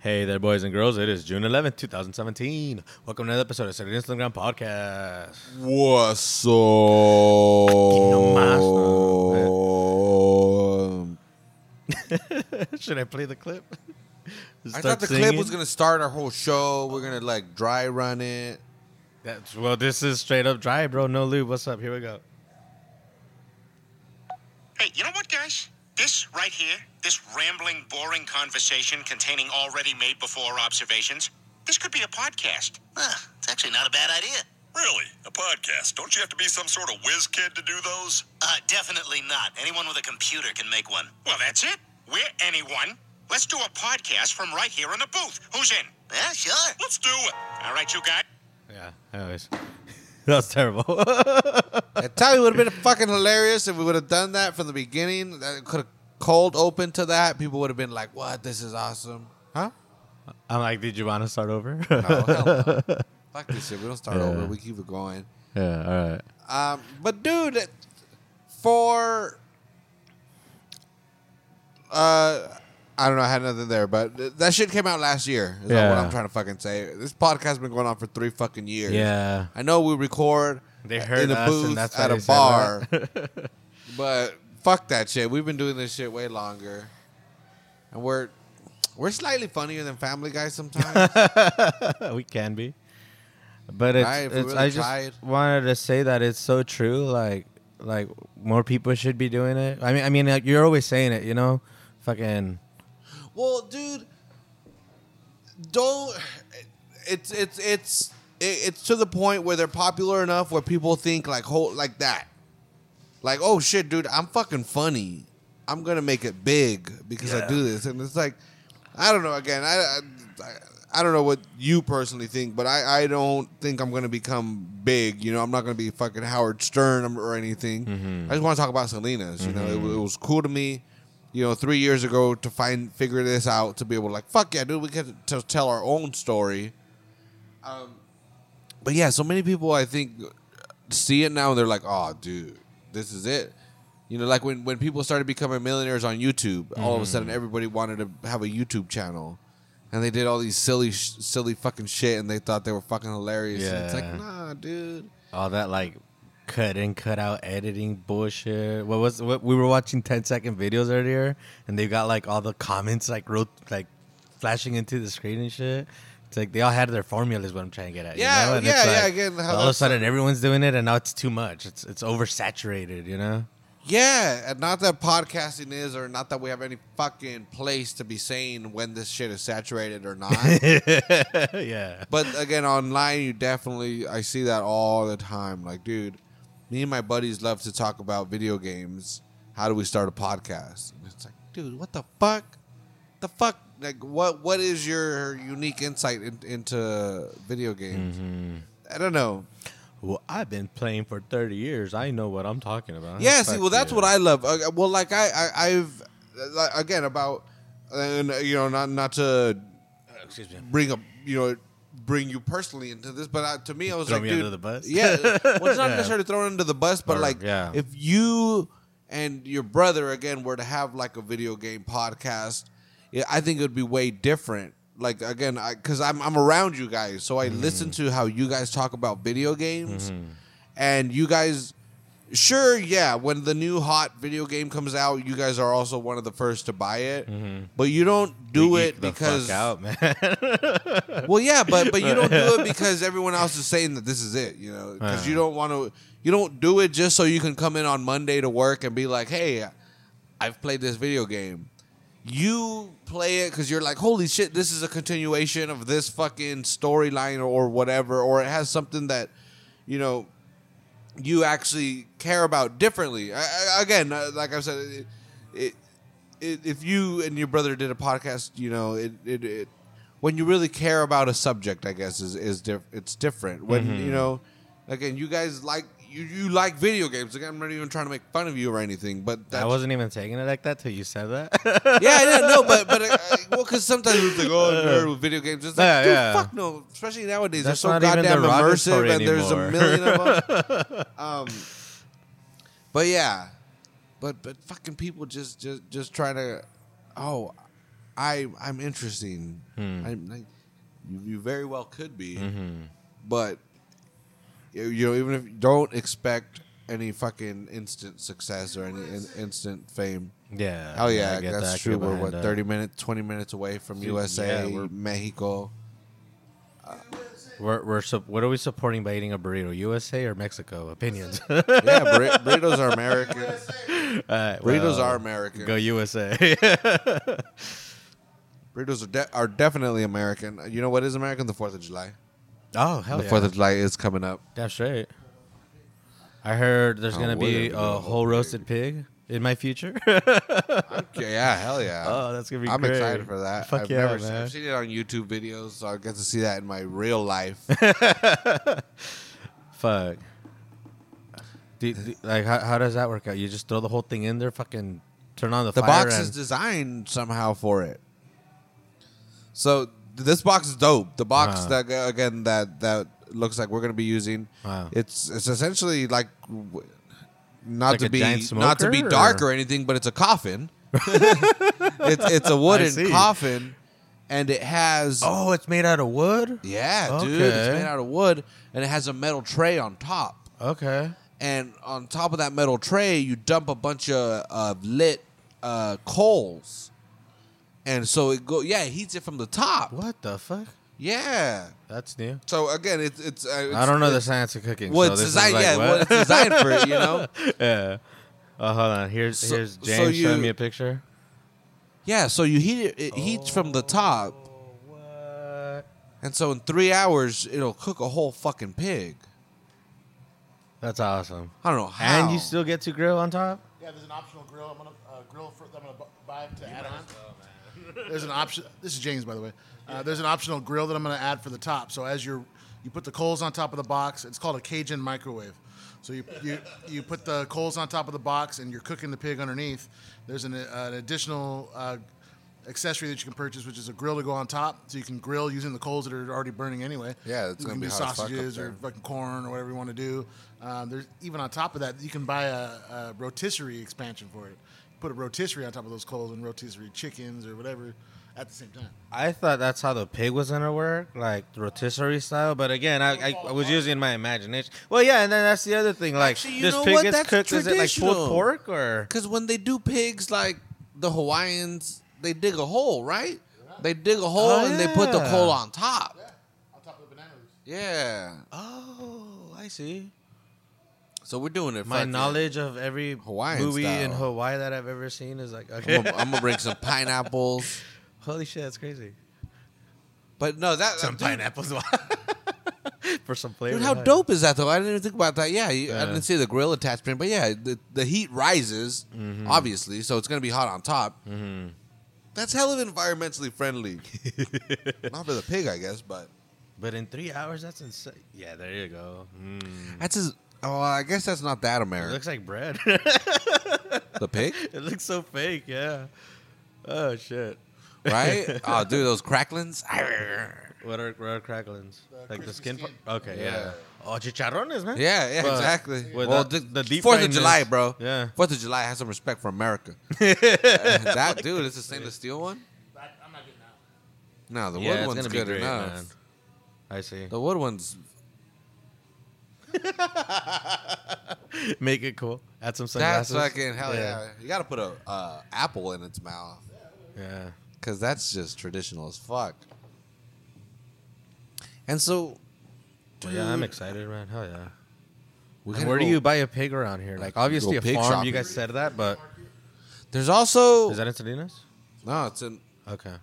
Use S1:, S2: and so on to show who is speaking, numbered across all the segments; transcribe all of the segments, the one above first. S1: Hey there, boys and girls. It is June 11th, 2017. Welcome to another episode of Saturday Instagram Podcast.
S2: What's up?
S1: más, Should I play the clip?
S2: I
S1: Start
S2: thought the clip
S1: singing?
S2: was gonna start our whole show. We're gonna like dry run it.
S1: That's, well, this is straight up dry, bro. No lube. What's up? Here we go.
S3: Hey, you know what, guys? This right here, this rambling, boring conversation containing already made before observations, this could be a podcast.
S4: it's actually not a bad idea.
S3: Really? A podcast? Don't you have to be some sort of whiz kid to do those?
S4: Uh, definitely not. Anyone with a computer can make one.
S3: Well, that's it. We're anyone. Let's do a podcast from right here in the booth. Who's in?
S4: Yeah, sure.
S3: Let's do it. All right, you got.
S1: Yeah, anyways. that was terrible.
S2: I tell you, it would have been fucking hilarious if we would have done that from the beginning. That could have cold open to that. People would have been like, "What? This is awesome, huh?"
S1: I'm like, did you want to start over?
S2: No, hell no. Fuck this shit. We don't start
S1: Yeah.
S2: over. We keep it going.
S1: yeah, all right.
S2: Um, but dude, for uh, I don't know, I had nothing there, but th- that shit came out last year. Is yeah. what
S1: Yeah.
S2: I'm trying to fucking say. This podcast has been going on for three fucking years.
S1: Yeah.
S2: I know we record
S1: They
S2: a-
S1: heard
S2: in a
S1: us, and
S2: booth
S1: that's why
S2: at
S1: they
S2: a
S1: said
S2: bar, but fuck that shit. We've been doing this shit way longer, and we're we're slightly funnier than Family Guy sometimes.
S1: we can be. But it's,
S2: Right, if we
S1: it's
S2: really
S1: I just
S2: tried.
S1: wanted to say that it's so true. Like like more people should be doing it. I mean I mean like you're always saying it, you know? Fucking
S2: Well, dude, don't. It's it's it's it- it's to the point where they're popular enough where people think like whole like that, like oh shit, dude, I'm fucking funny. I'm gonna make it big because I do this, and it's like, I don't know. Again, I. I I don't know what you personally think, but I, I don't think I'm going to become big. You know, I'm not going to be fucking Howard Stern or anything. I just want to talk about Selena's. You know, it, wa- it was cool to me you know, three years ago to find figure this out to be able to like fuck yeah, dude, we get to tell our own story. Um, but yeah, so many people I think see it now and they're like, oh, dude, this is it. You know, like when when people started becoming millionaires on YouTube, all of a sudden everybody wanted to have a YouTube channel. And they did all these silly, sh- silly fucking shit, and they thought they were fucking hilarious. And it's
S1: Yeah.
S2: like, nah, dude.
S1: all that like cut in cut out editing bullshit what was what we were watching 10 second videos earlier and they got like all the comments like wrote like flashing into the screen and shit it's like they all had their formulas what i'm trying to get at you
S2: Yeah,
S1: know? And
S2: yeah,
S1: it's
S2: yeah,
S1: like,
S2: again, how
S1: all of a
S2: that's-
S1: sudden everyone's doing it and now it's too much it's it's oversaturated you know
S2: Yeah, and not that podcasting is, or not that we have any fucking place to be saying when this shit is saturated or not.
S1: yeah
S2: but again, online, you definitely, I see that all the time. Like, dude, me and my buddies love to talk about video games. How do we start a podcast? And it's like, dude, what the fuck? The fuck? Like, what? What is your unique insight in, into video games? I don't know.
S1: well i've been playing for 30 years i know what i'm talking about
S2: Yeah,
S1: Fuck
S2: see, well, that's
S1: yeah.
S2: what I love. Uh, well, like I, I I've uh, like, again about, and uh, you know, not not to
S1: excuse me
S2: bring up, you know, bring you personally into this, but uh, to me, I was
S1: Throw me
S2: like, dude,
S1: under the bus?
S2: Yeah, well, it's not
S1: Yeah.
S2: necessarily thrown under the bus, but
S1: Or-
S2: like,
S1: yeah.
S2: if you and your brother again were to have like a video game podcast, yeah, I think it would be way different. Like again, because I'm I'm around you guys, so
S1: Mm-hmm.
S2: I listen to how you guys talk about video games, and you guys. Sure, yeah. When the new hot video game comes out, you guys are also one of the first to buy it. But you don't do
S1: Geek
S2: it
S1: Mm-hmm. the
S2: because
S1: fuck out man
S2: well, yeah, but but you don't do it because everyone else is saying that this is it, you know, because you don't want to. You don't do it just so you can come in on Monday to work and be like, "Hey, I've played this video game." You play it because you're like, "Holy shit, this is a continuation of this fucking storyline or whatever," or it has something that, you know, you actually care about differently. I, I, again, uh, like I said, it, it, it, if you and your brother did a podcast, you know, it, it, it when you really care about a subject, I guess is is diff- it's different. When you know, again, you guys like you, you like video games. Again, I'm not even trying to make fun of you or anything, but that's,
S1: i wasn't even taking it like that till you said that
S2: yeah, I know, no, but but uh, uh, well, because sometimes it's like, oh, nerd with video games. It's like,
S1: Uh. Yeah,
S2: dude,
S1: yeah.
S2: fuck no. Especially nowadays,
S1: That's
S2: they're so
S1: not even
S2: goddamn
S1: derogatory
S2: immersive, and there's
S1: anymore.
S2: a million of them. um, but yeah, but but fucking people just just just trying to, oh, I I'm interesting.
S1: Hmm.
S2: I'm, I, you, you very well could be,
S1: Mm-hmm.
S2: but you- you know, even if you don't expect any fucking instant success or any in, instant fame.
S1: Yeah.
S2: Hell Oh, yeah,
S1: I get that. I
S2: that's
S1: get
S2: true. We're what
S1: behind that.
S2: thirty minutes, twenty minutes away from USA,
S1: yeah, we're-
S2: Mexico.
S1: We're, we're sup- what are we supporting by eating a burrito? USA or Mexico? Opinions.
S2: Yeah, burri- burritos are American.
S1: Alright,
S2: Burritos
S1: well,
S2: are American.
S1: Go USA.
S2: Burritos are de- are definitely American. You know what is American? The Fourth of July.
S1: oh hell
S2: The
S1: yeah.
S2: Fourth of July is coming up.
S1: Damn straight. I heard there's
S2: Oh,
S1: gonna
S2: we're
S1: be
S2: gonna do
S1: a
S2: a
S1: whole roasted pig in my future.
S2: Okay, yeah, hell yeah.
S1: oh, that's gonna be.
S2: I'm
S1: great.
S2: excited for that.
S1: Fuck
S2: I've
S1: yeah,
S2: never seen,
S1: man.
S2: I've seen it on YouTube videos, so I get to see that in my real life.
S1: Fuck. Do- do- like, how, how does that work out? You just throw the whole thing in there, fucking turn on the,
S2: the
S1: fire.
S2: box is
S1: and-
S2: designed somehow for it. So th- this box is dope. The box
S1: Wow.
S2: that uh, again that that looks like we're gonna be using.
S1: Wow.
S2: It's it's essentially like w- not
S1: Like
S2: to
S1: a
S2: be
S1: giant
S2: not to be
S1: smoker,
S2: dark
S1: or-
S2: or anything, but it's a coffin. it's it's a wooden
S1: see.
S2: coffin, and it has
S1: oh, it's made out of wood.
S2: yeah, dude, it's
S1: Okay.
S2: made out of wood, and it has a metal tray on top.
S1: Okay.
S2: and on top of that metal tray, you dump a bunch of uh, lit uh, coals, and so it go. Yeah, it heats it from the top.
S1: What the fuck?
S2: Yeah.
S1: That's new.
S2: So again, it's it's. Uh, it's
S1: I don't know the
S2: it's-
S1: science of cooking.
S2: Well,
S1: so
S2: it's
S1: this is
S2: designed.
S1: like,
S2: yeah,
S1: what?
S2: well, it's designed for it. You know.
S1: yeah. Oh, hold on. Here's
S2: So-
S1: here's
S2: so
S1: James showing
S2: you-
S1: me a picture.
S2: Yeah. So you heat it. It heats from the top,
S1: What?
S2: and so in three hours, it'll cook a whole fucking pig.
S1: That's awesome.
S2: I don't know how.
S1: And you still get to grill on top.
S5: Yeah, there's an optional grill. I'm gonna uh, grill for. I'm gonna bu- buy to add on.
S2: Oh,
S5: there's an option. This is James, by the way. Uh, there's an optional grill that I'm gonna add for the top. So as you're, you put the coals on top of the box. It's called a Cajun microwave. So you you you put the coals on top of the box and you're cooking the pig underneath. There's an, uh, an additional. Uh, Accessory that you can purchase, which is a grill to go on top, so you can grill using the coals that are already burning anyway.
S2: Yeah, it's
S5: you
S2: gonna
S5: can
S2: be
S5: do
S2: hot as fuck up
S5: sausages
S2: there.
S5: or fucking corn or whatever you want to do. Um, there's even on top of that, you can buy a, a rotisserie expansion for it. Put a rotisserie on top of those coals and rotisserie chickens or whatever at the same time.
S1: I thought that's how the pig was gonna work, like rotisserie style. But again, I, I, I was using my imagination. Well, yeah, and then that's the other thing. Like
S2: Actually, you
S1: this
S2: know
S1: pig
S2: what?
S1: gets
S2: That's
S1: cooked. Is it like pulled
S2: traditional.
S1: pork or?
S2: Because when they do pigs, like the Hawaiians, they dig a hole, right? They dig a hole
S1: Oh,
S2: and they put the
S1: yeah.
S2: coal on top.
S5: On top of the banana leaves.
S2: Yeah.
S1: Oh, I see.
S2: So we're doing it.
S1: My
S2: fucking-
S1: knowledge of every
S2: Hawaiian
S1: movie in
S2: style.
S1: Hawaii that I've ever seen is like, okay,
S2: I'm gonna, I'm gonna bring some pineapples.
S1: holy shit, that's crazy.
S2: But no, that
S1: Some
S2: dude,
S1: pineapples for some flavor.
S2: Dude, how
S1: huh?
S2: dope is that though? I didn't even think about that. Yeah, you, I
S1: Yeah.
S2: didn't see the grill attachment, but yeah, the, the heat rises
S1: Mm-hmm.
S2: obviously, so it's gonna be hot on top. That's hell of environmentally friendly. Not for the pig, I guess, but
S1: But in three hours, that's insane. Yeah, there you go. Mm.
S2: that's as. Oh, I guess that's not that
S1: It
S2: American.
S1: looks like bread.
S2: the pig,
S1: it looks so fake. Yeah. Oh shit.
S2: right? oh, dude, those cracklings.
S1: What are, what are cracklings? like the
S5: crispy
S1: skin?
S5: skin.
S1: Part? Okay, yeah.
S2: Yeah.
S1: Oh, chicharrones, man.
S2: Yeah, yeah,
S1: But
S2: exactly.
S1: with
S2: well,
S1: the- the
S2: the,
S1: deep
S2: Fourth of
S1: fried-ness.
S2: July, bro.
S1: Yeah.
S2: Fourth of July has some respect for America. that dude, it's the stainless steel one.
S5: That, I'm not getting that.
S2: No, the
S1: Yeah,
S2: wood
S1: it's
S2: one's
S1: gonna
S2: good
S1: be great,
S2: enough.
S1: man. I see.
S2: The wood one's
S1: Make it cool. Add some
S2: that's
S1: sunglasses.
S2: fucking hell yeah. You got to put a uh, apple in its mouth
S1: Yeah. yeah.
S2: because that's just traditional as fuck. And so,
S1: Well, yeah, I'm
S2: Dude.
S1: excited, man. Hell yeah.
S2: we
S1: And
S2: gotta
S1: where do
S2: go-
S1: you buy a pig around here? Like, obviously a
S2: pig
S1: farm.
S2: shopping.
S1: You guys said that, but
S2: There's also
S1: is that in Salinas?
S2: no. It's in.
S1: Okay.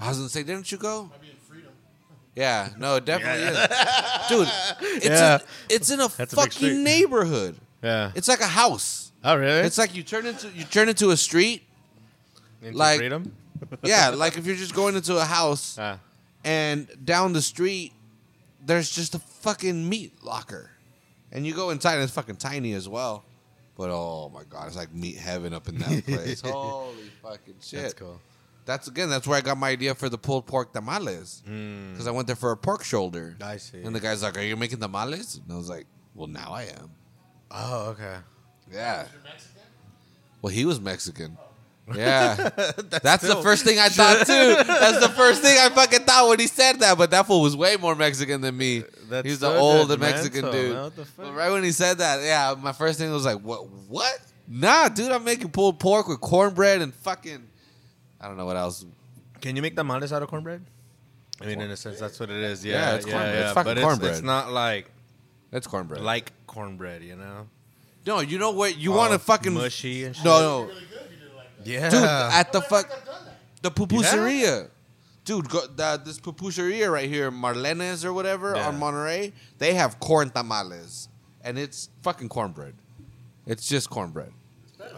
S2: I was gonna say, didn't you go?
S5: Might be in freedom.
S2: Yeah, no, it definitely is, dude. It's
S1: Yeah.
S2: in, it's in a
S1: That's a big
S2: fucking
S1: street.
S2: neighborhood.
S1: Yeah.
S2: It's like a house.
S1: oh, really?
S2: It's like you turn into you turn into a street.
S1: Into
S2: like-
S1: freedom.
S2: Yeah, like if you're just going into a house
S1: Ah.
S2: and down the street there's just a fucking meat locker. And you go inside and it's fucking tiny as well. But oh my god, it's like meat heaven up in that place. Holy fucking shit.
S1: That's cool.
S2: That's again, that's where I got my idea for the pulled pork tamales.
S1: Mm.
S2: Because I went there for a pork shoulder.
S1: I see.
S2: And the guy's like, Are you making tamales? And I was like, Well now I am.
S1: Oh, okay.
S2: Yeah.
S5: Mexican?
S2: Well he was Mexican. Yeah, that's, the first thing I thought too. That's the first thing I fucking thought when he said that. But that fool was way more Mexican than me.
S1: That's
S2: He's the
S1: so
S2: old
S1: judgmental,
S2: Mexican dude.
S1: man. What the fuck?
S2: But right when he said that, yeah, my first thing was like, what? What? Nah, dude, I'm making pulled pork with cornbread and fucking. I don't know what else.
S1: Can you make tamales out of cornbread? I mean, in a sense, that's what it is. Yeah,
S2: Yeah,
S1: yeah,
S2: it's
S1: yeah.
S2: cornbread. It's fucking
S1: but it's,
S2: cornbread.
S1: it's not like
S2: That's cornbread.
S1: like cornbread, you know.
S2: no, you know what? You
S1: All
S2: want to fucking
S1: mushy and shit.
S2: No, no,
S1: Yeah,
S2: dude, at the fuck the pupuseria.
S1: Yeah.
S2: Dude, go, the, this pupuseria right here, Marlene's or whatever
S1: Yeah.
S2: on Monterey, they have corn tamales, and it's fucking cornbread. It's just cornbread.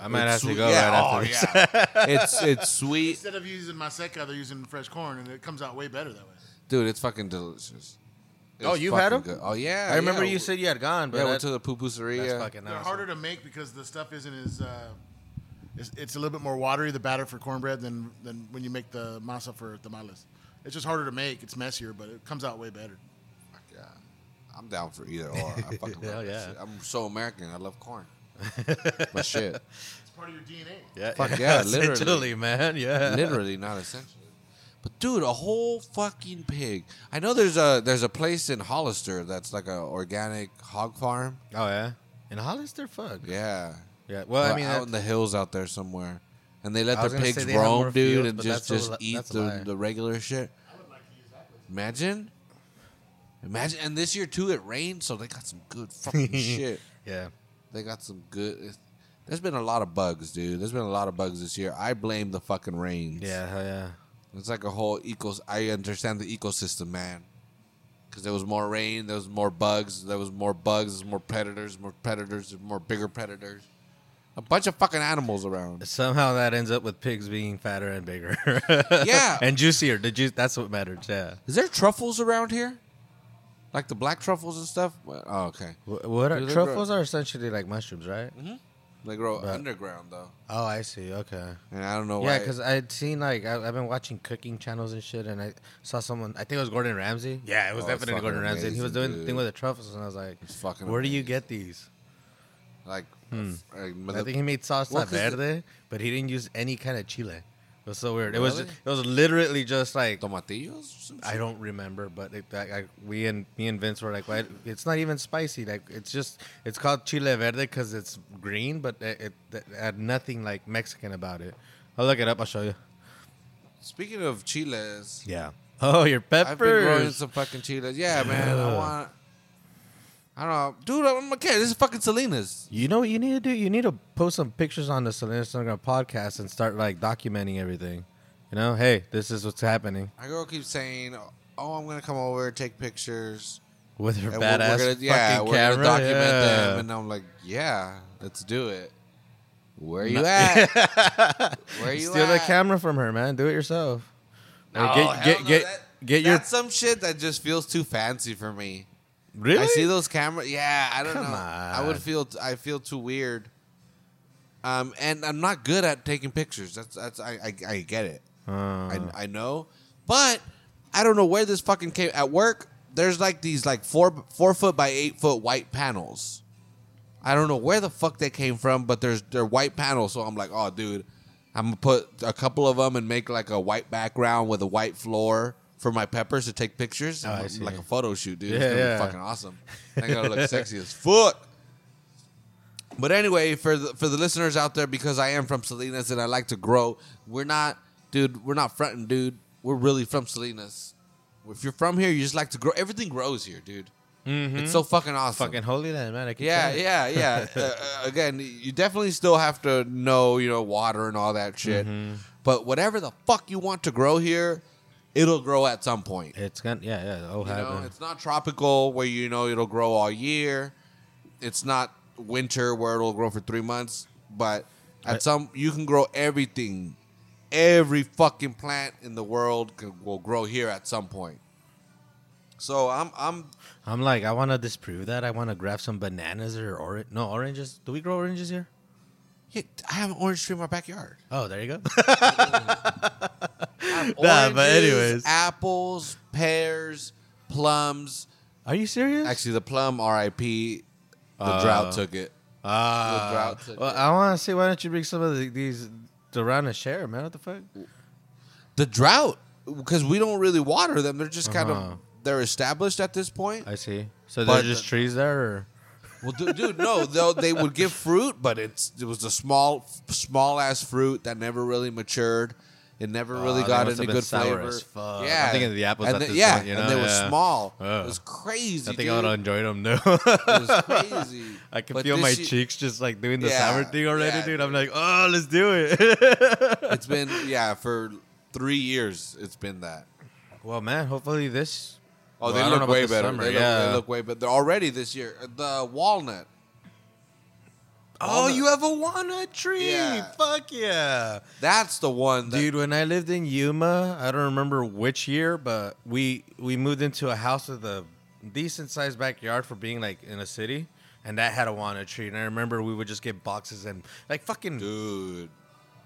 S1: I might have
S2: It's
S1: to
S2: sweet-
S1: go
S2: yeah,
S1: right
S2: oh,
S1: after this.
S2: it's it's sweet,
S5: Instead of using maseca, they're using fresh corn, and it comes out way better that way.
S2: dude. It's fucking delicious. It's
S1: Oh, you've had
S2: fucking
S1: 'em?
S2: good. Oh yeah,
S1: I remember
S2: yeah.
S1: you said you had gone, but
S2: yeah.
S1: that,
S2: went to the pupuseria.
S1: that's fucking
S5: They're
S1: awesome.
S5: harder to make because the stuff isn't as. Uh, it's, it's a little bit more watery, the batter for cornbread, than, than when you make the masa for tamales. It's just harder to make. It's messier, but it comes out way better.
S2: Fuck yeah. I'm down for either or. I fucking love
S1: Hell
S2: that
S1: yeah.
S2: shit. I'm so American. I love corn. but shit,
S5: It's part of your DNA.
S1: Yeah,
S2: Fuck yeah, literally.
S1: essentially, man. Yeah,
S2: literally not essential. But dude, a whole fucking pig. I know there's a there's a place in Hollister that's like a organic hog farm.
S1: Oh yeah, in Hollister, fuck. Yeah,
S2: Yeah.
S1: well, I
S2: Out-
S1: mean,
S2: out
S1: that-
S2: in the hills out there somewhere. And they
S1: I
S2: let
S1: was
S2: the
S1: gonna say
S2: pigs
S1: they have
S2: roam,
S1: more
S2: dude,
S1: fields,
S2: and
S1: but
S2: just
S1: that's a
S2: just
S1: li-
S2: eat
S1: that's a
S2: the,
S1: lie.
S2: the regular shit. Imagine. Imagine and this year too it rained, so they got some good fucking shit.
S1: yeah.
S2: They got some good it's- there's been a lot of bugs, dude. There's been a lot of bugs this year. I blame the fucking rains.
S1: Yeah, hell yeah.
S2: It's like a whole ecos. I understand the ecosystem, man. Because there was more rain, there was more bugs, there was more bugs, there was more predators, more predators, there was more bigger predators. A bunch of fucking animals around.
S1: Somehow that ends up with pigs being fatter and bigger.
S2: Yeah.
S1: and juicier. The juice that's what matters. Yeah.
S2: Is there truffles around here? Like the black truffles and stuff? Well, Oh, okay.
S1: Wh- What are Mm-hmm.
S2: Dude, they grow-
S1: truffles are essentially like mushrooms, right?
S2: They grow
S1: But-
S2: underground, though.
S1: Oh, I see. Okay.
S2: And I don't know
S1: Yeah,
S2: why.
S1: because I'd seen like I, I've been watching cooking channels and shit, and I saw someone. I think it was Gordon Ramsay. Yeah, it was
S2: Oh, it's
S1: definitely
S2: fucking
S1: Gordon Ramsay. and he was
S2: amazing,
S1: doing the thing
S2: dude.
S1: with the truffles, and I was like,
S2: It's fucking
S1: "Where do you
S2: amazing.
S1: get these?"
S2: Like, like
S1: I think he made salsa
S2: Well, 'cause the-
S1: verde, but he didn't use any kind of chile. It was so weird. It was
S2: Really?
S1: just, it was literally just like
S2: tomatillos? or some
S1: I
S2: shit?
S1: don't remember, but it, I, I, we and me and Vince were like, "Why- it's not even spicy. Like it's just it's called chile verde because it's green, but it, it, it had nothing like Mexican about it. I'll look it up. I'll show you.
S2: Speaking of chiles,
S1: Yeah. Oh, your peppers.
S2: I've been growing some fucking chiles. Yeah, man. I want. I don't know, dude. I'm okay. This is fucking Salinas.
S1: You know what you need to do? You need to post some pictures on the Salinas Underground podcast and start like documenting everything. You know, hey, this is what's happening
S2: My girl keeps saying, "Oh, I'm gonna come over and take pictures."
S1: with her
S2: And we're-
S1: badass
S2: we're gonna, yeah,
S1: fucking
S2: we're
S1: camera.
S2: gonna document
S1: yeah.
S2: them, and I'm like, "Yeah, let's do it." Where you at? Where you
S1: Steal
S2: at?
S1: the camera from her, man. Do it yourself. Or
S2: No,
S1: get
S2: hell
S1: get
S2: no,
S1: get
S2: that-
S1: get your
S2: That's some shit that just feels too fancy for me.
S1: really.
S2: I see those cameras. Yeah, I don't
S1: Come
S2: know. I would
S1: on.
S2: feel. I feel too weird. Um, and I'm not good at taking pictures. That's that's. I I, I get it.
S1: Uh.
S2: I I know, but I don't know where this fucking came. At work, there's like these like four four foot by eight foot white panels. I don't know where the fuck they came from, but there's they're white panels. So I'm like, oh, dude, I'm gonna put a couple of them and make like a white background with a white floor for my peppers to take pictures,
S1: Oh, I
S2: like
S1: see.
S2: a photo shoot, dude. it's
S1: Yeah,
S2: gonna
S1: yeah.
S2: be fucking awesome. I gotta look sexy as fuck. But anyway, for the, for the listeners out there, because I am from Salinas and I like to grow, we're not, dude, we're not fronting, dude. We're really from Salinas. If you're from here, you just like to grow. Everything grows here, dude. It's so fucking awesome.
S1: Fucking holy land, man. I can
S2: yeah,
S1: tell.
S2: yeah, yeah. uh, uh, again, you definitely still have to know, you know, water and all that shit. But whatever the fuck you want to grow here, it'll grow at some point.
S1: It's gonna yeah yeah. Oh,
S2: You know,
S1: heaven.
S2: it's not tropical where you know it'll grow all year. It's not winter where it'll grow for three months. But at some, you can grow everything. Every fucking plant in the world can, will grow here at some point. So I'm, I'm.
S1: I'm like, I want to disprove that. I want to grab some bananas or orange. No, oranges. Do we grow oranges here?
S2: Yeah, I have an orange tree in my backyard.
S1: Oh, there you go.
S2: I have
S1: Nah, but
S2: oranges,
S1: anyways.
S2: apples, pears, plums.
S1: Are you serious?
S2: Actually, the plum, R.I.P. The
S1: Uh,
S2: drought took it.
S1: Ah.
S2: The drought took
S1: well,
S2: it.
S1: I want to see. Why don't you bring some of the, these around and share, man. What the fuck?
S2: the drought because we don't really water them. They're just kind
S1: Uh-huh.
S2: of they're established at this point.
S1: I see. So
S2: But
S1: there's just
S2: the-
S1: trees there, or
S2: Well, dude, dude no, though they would give fruit, but it's it was a small small ass fruit that never really matured. It never really
S1: Oh, they
S2: got
S1: must have
S2: any
S1: been
S2: good
S1: sour
S2: flavor.
S1: as fuck.
S2: Yeah,
S1: I'm thinking of the apples
S2: And
S1: at
S2: the-
S1: this
S2: yeah,
S1: point, you know?
S2: and they
S1: Yeah.
S2: were small.
S1: Ugh.
S2: It was crazy.
S1: I think
S2: dude.
S1: I would have enjoyed them. No,
S2: It was crazy.
S1: I can
S2: But
S1: feel
S2: this
S1: my
S2: year-
S1: cheeks just like doing the
S2: Yeah,
S1: sour thing already,
S2: yeah,
S1: dude.
S2: dude.
S1: I'm like, oh, let's do it.
S2: It's been yeah for three years. It's been that.
S1: well, man, hopefully this.
S2: Oh,
S1: Well, I
S2: they
S1: don't know
S2: look
S1: about
S2: way
S1: this
S2: better.
S1: summer,
S2: They, look,
S1: yeah.
S2: they look way better already this year. The walnut.
S1: Oh,
S2: Walnut.
S1: you have a walnut tree.
S2: Yeah.
S1: Fuck yeah.
S2: That's the one. That,
S1: Dude, when I lived in Yuma, I don't remember which year, but we we moved into a house with a decent sized backyard for being like in a city, and that had a walnut tree. And I remember we would just get boxes and like fucking
S2: dude.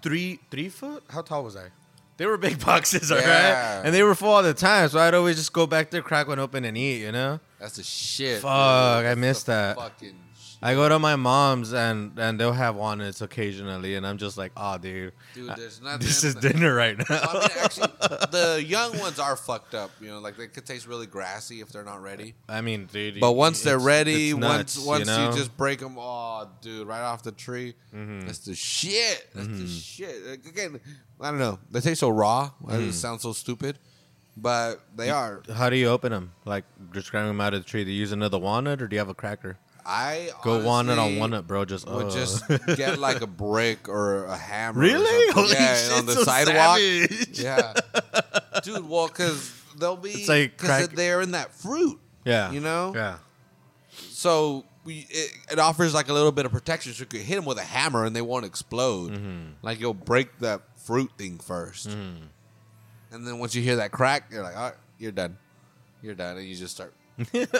S1: three three foot. How tall was I? They were big boxes, all right,
S2: Yeah.
S1: and they were full all the time. So I'd always just go back there, crack one open, and eat. You know,
S2: That's the shit.
S1: Fuck,
S2: dude.
S1: I
S2: That's
S1: missed
S2: the
S1: that.
S2: Fucking sh-
S1: I go to my mom's and and they'll have walnuts occasionally, and I'm just like, oh, dude,
S2: dude, there's nothing.
S1: this is dinner right
S2: I
S1: now.
S2: mean, actually, the young ones are fucked up. You know, like they could taste really grassy if they're not ready.
S1: I mean, dude,
S2: But once they're
S1: it's-
S2: ready,
S1: it's nuts,
S2: once once you,
S1: know? Mm-hmm.
S2: just break them, oh, dude, right off the tree. That's the shit. That's the shit. Like, Again, I don't know. They taste so raw. It sounds so stupid, but they are.
S1: How do Mm-hmm. you open them? Like just grabbing them out of the tree? Do you use another walnut or do you have a cracker?
S2: I
S1: Go walnut on
S2: honestly
S1: walnut, bro. Just
S2: Would
S1: oh.
S2: just get like a brick or a hammer. or
S1: Really?
S2: something.
S1: Holy
S2: yeah,
S1: shit,
S2: on the
S1: so
S2: sidewalk.
S1: savage.
S2: Yeah, dude. Well, because they'll be
S1: It's like
S2: because
S1: crack-
S2: they're in that fruit.
S1: yeah,
S2: you know?
S1: yeah.
S2: So we, it, it offers like a little bit of protection. So you could hit them with a hammer and they won't explode.
S1: Mm-hmm.
S2: Like you'll break that fruit thing first, and then once you hear that crack, you're like, all right, you're done, you're done, and you just start.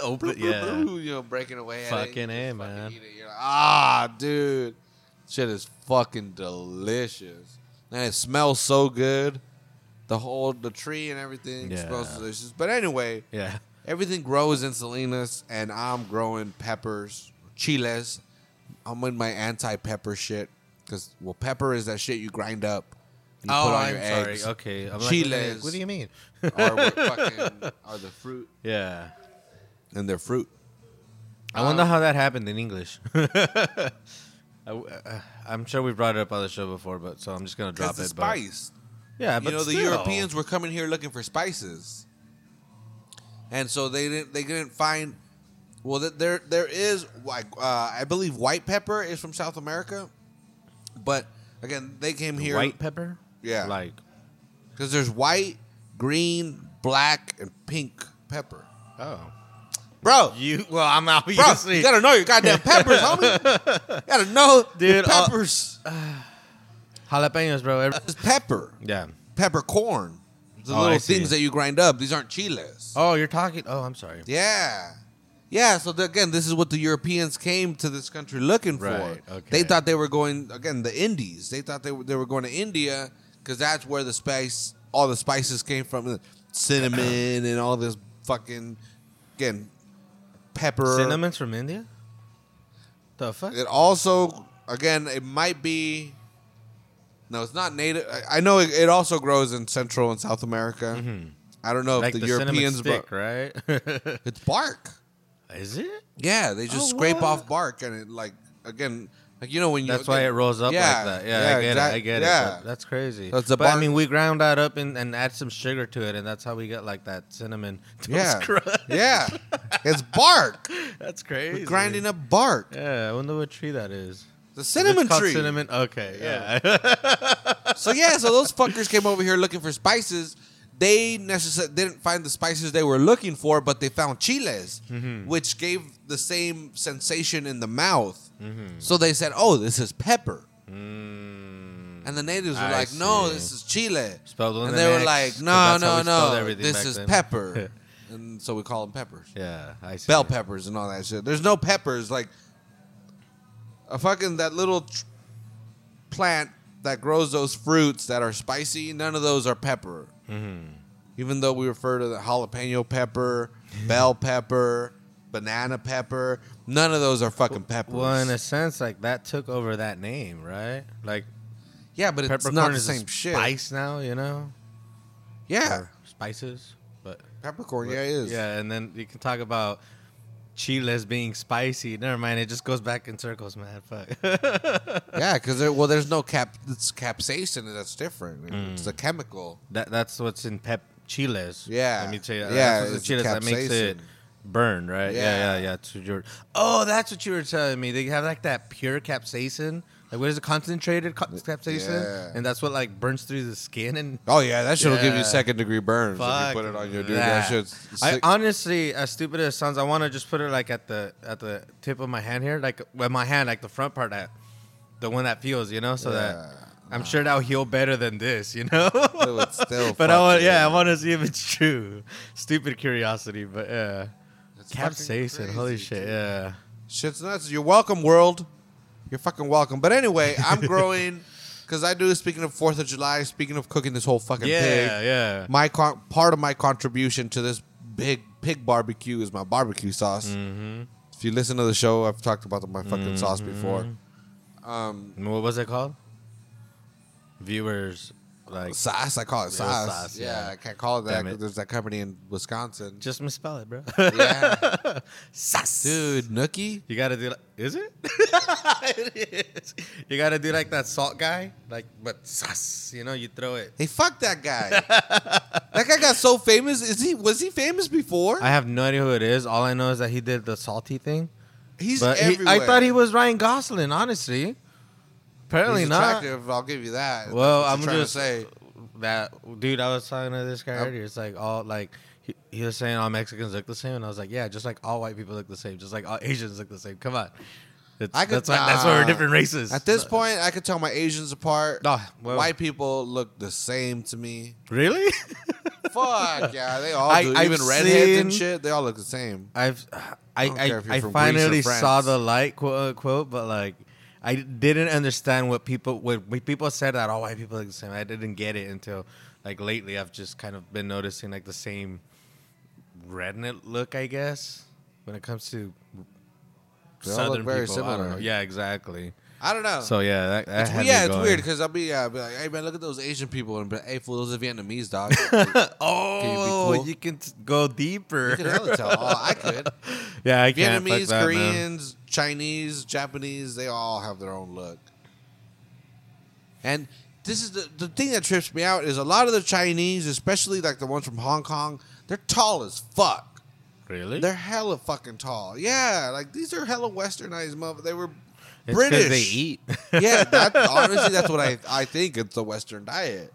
S1: open, yeah.
S2: you know, breaking away at it.
S1: Fucking
S2: You
S1: A,
S2: just
S1: man.
S2: eat it. You're like, ah, dude, shit is fucking delicious, and it smells so good. The whole the tree and everything
S1: Yeah.
S2: smells delicious. But anyway,
S1: Yeah.
S2: everything grows in Salinas, and I'm growing peppers, chiles. I'm in my anti-pepper shit because well, pepper is that shit you grind up. You
S1: oh,
S2: put on
S1: I'm
S2: your
S1: sorry.
S2: eggs.
S1: Okay, I'm Like,
S2: Chiles.
S1: what do you mean?
S2: are what fucking are the fruit
S1: yeah.
S2: and they're fruit. Um,
S1: I wonder how that happened in English. I, am sure we brought it up on the show before, but so I'm just gonna drop
S2: 'Cause the
S1: it. but-
S2: spice.
S1: yeah, Uh, but
S2: you know the
S1: still.
S2: Europeans were coming here looking for spices, and so they didn't they didn't find. Well, th- there there is like uh, I believe white pepper is from South America, but again they came here
S1: white pepper.
S2: Yeah.
S1: like
S2: because there's white, green, black, and pink pepper,
S1: oh,
S2: bro.
S1: you. Well, I'm obviously.
S2: Bro, you gotta know your goddamn peppers, homie. You gotta know
S1: Dude,
S2: Dude,
S1: uh,
S2: peppers.
S1: jalapenos, bro. Every-
S2: it's pepper,
S1: yeah.
S2: peppercorn, the
S1: Oh, I
S2: little
S1: see.
S2: things that you grind up. These aren't chiles.
S1: Oh, you're talking. Oh, I'm sorry.
S2: Yeah. Yeah, so the, again, this is what the Europeans came to this country looking for.
S1: Right, okay.
S2: They thought they were going again the Indies. They thought they were, they were going to India because that's where the spice, all the spices came from, cinnamon and all this fucking again pepper.
S1: Cinnamon's from India. The fuck?
S2: It also again, it might be. No, it's not native. I, I know it, it also grows in Central and South America. I don't know
S1: Mm-hmm. like
S2: if the,
S1: the, cinnamon
S2: Europeans,
S1: stick,
S2: bro-
S1: right?
S2: it's bark.
S1: Is it?
S2: Yeah, they just
S1: Oh,
S2: scrape
S1: what?
S2: off bark and it like again, like you know when you.
S1: That's why it rolls up
S2: Yeah,
S1: like that. Yeah, I get
S2: exact-
S1: it. I get it.
S2: yeah.
S1: That- That's crazy.
S2: So it's the
S1: but I
S2: bark-
S1: mean, we ground that up and, and add some sugar to it, and that's how we get like that cinnamon toast crunch.
S2: yeah, yeah. It's bark.
S1: That's crazy.
S2: Grinding up bark.
S1: Yeah, I wonder what tree that is.
S2: The
S1: It's
S2: cinnamon
S1: called
S2: tree.
S1: Cinnamon. Okay. Yeah.
S2: So yeah, so those fuckers came over here looking for spices. They necessarily didn't find the spices they were looking for, but they found chiles,
S1: Mm-hmm.
S2: which gave the same sensation in the mouth.
S1: Mm-hmm.
S2: So they said, "Oh, this is pepper." And the natives were
S1: I
S2: like, "No,
S1: see.
S2: this is chile."
S1: Spelled with
S2: and
S1: an
S2: they
S1: X,
S2: were like,
S1: 'cause
S2: "No,
S1: that's how
S2: no,
S1: we spelled
S2: no,
S1: everything
S2: this
S1: back
S2: is
S1: then."
S2: pepper." and so we call them peppers,
S1: yeah. I see.
S2: bell peppers, and all that shit. There's no peppers like a fucking that little tr- plant that grows those fruits that are spicy. None of those are pepper.
S1: Mm-hmm.
S2: Even though we refer to the jalapeno pepper, bell pepper, banana pepper, none of those are fucking peppers.
S1: Well, in a sense, like that took over that name, right? Like
S2: Yeah, but it's
S1: Peppercorn
S2: not the
S1: is a
S2: same shit.
S1: Spice now, you know.
S2: Yeah,
S1: Or spices, but
S2: peppercorn. Yeah, it is.
S1: yeah, and then you can talk about chiles being spicy. Never mind, it just goes back in circles, man. Fuck.
S2: yeah, because there, well, there's no cap. It's capsaicin that's different. It's
S1: Mm.
S2: a chemical.
S1: that that's what's in pep chiles.
S2: Yeah.
S1: let me tell you.
S2: Yeah,
S1: that's what's in
S2: it's
S1: chiles that makes it
S2: capsaicin.
S1: burn, right?
S2: Yeah.
S1: yeah, yeah. yeah. That's what you were- oh, that's what you were telling me. They have like that pure capsaicin. Like what is it? Concentrated co- capsaicin,
S2: Yeah.
S1: and that's what like burns through the skin and
S2: Oh yeah, that shit will give you
S1: Yeah.
S2: second degree burns
S1: Fuck
S2: if you put it on your dude. That, shit's
S1: I
S2: sick.
S1: honestly, as stupid as it sounds, I want to just put it like at the at the tip of my hand here, like with my hand, like the front part, that the one that feels, you know, so
S2: Yeah. Oh,
S1: that I'm sure that'll heal better than this, you know.
S2: It would still
S1: but I want,
S2: fucking-
S1: yeah, I want to see if it's true. Stupid curiosity, but yeah,
S2: It's fucking
S1: capsaicin, holy
S2: crazy,
S1: shit,
S2: dude.
S1: yeah.
S2: Shit's nuts. You're welcome, world. You're fucking welcome. But anyway, I'm growing because I do. Speaking of Fourth of July, speaking of cooking this whole fucking pig,
S1: Yeah, yeah.
S2: my con- part of my contribution to this big pig barbecue is my barbecue sauce.
S1: Mm-hmm.
S2: If you listen to the show, I've talked about my fucking sauce before.
S1: And What was it called? Viewers, like,
S2: Sauce, I call it sauce.
S1: sauce,
S2: yeah.
S1: yeah.
S2: I can't call it that.
S1: Damn
S2: 'cause
S1: it.
S2: There's that company in Wisconsin.
S1: just misspell it, bro.
S2: yeah,
S1: Sus.
S2: dude, Nookie.
S1: You gotta do. Like, is it? it is. You gotta do like that salt guy, like but sus. You know, you throw it.
S2: Hey, fuck that guy. that guy got so famous. Is he? Was he famous before?
S1: I have no idea who it is. All I know is that he did the salty thing.
S2: He's
S1: But he-
S2: everywhere.
S1: I thought he was Ryan Gosling. Honestly, apparently
S2: He's
S1: not.
S2: attractive. I'll give you that. That's
S1: Well,
S2: what you're
S1: I'm
S2: trying
S1: just
S2: to say.
S1: that dude. I was talking to this guy
S2: Yep.
S1: earlier. It's like all like he, he was saying all Mexicans look the same, and I was like, yeah, just like all white people look the same, just like all Asians look the same. Come on, It's-
S2: I could-
S1: that's why that's why we're
S2: nah.
S1: different races.
S2: At this point, I could tell my Asians apart.
S1: Nah, Oh, well-
S2: White people look the same to me.
S1: really?
S2: Fuck yeah, they all
S1: I-
S2: do.
S1: I've
S2: Even redheads and
S1: seen-
S2: shit, they all look the same.
S1: I've I
S2: don't care
S1: I,
S2: if you're
S1: I,
S2: from
S1: finally
S2: Greece or
S1: saw
S2: France.
S1: the light quote unquote, but like I didn't understand what people what, what people said that all white people look the same. I didn't get it until like lately. I've just kind of been noticing like the same redneck look, I guess, when it comes to
S2: They all look
S1: southern
S2: very
S1: people. I don't
S2: similar.
S1: know. Yeah, exactly.
S2: I don't know.
S1: So yeah, that, that
S2: it's,
S1: had
S2: we-
S1: me
S2: yeah, it's
S1: going.
S2: weird because I'll be, uh, be like, hey man, look at those Asian people, and be like, hey fool, those are Vietnamese dog.
S1: Oh,
S2: cool?
S1: you can t- go deeper.
S2: you can hella tell. Oh, I could.
S1: yeah, I can't. fuck
S2: Vietnamese,
S1: that, man.
S2: Koreans, Chinese, Japanese, they all have their own look. And this is the, the thing that trips me out is a lot of the Chinese, especially like the ones from Hong Kong, they're tall as fuck.
S1: Really?
S2: They're hella fucking tall. Yeah, like these are hella westernized mother. They were
S1: It's 'cause
S2: British.
S1: They eat.
S2: yeah, that, honestly, that's what I, I think. It's the Western diet.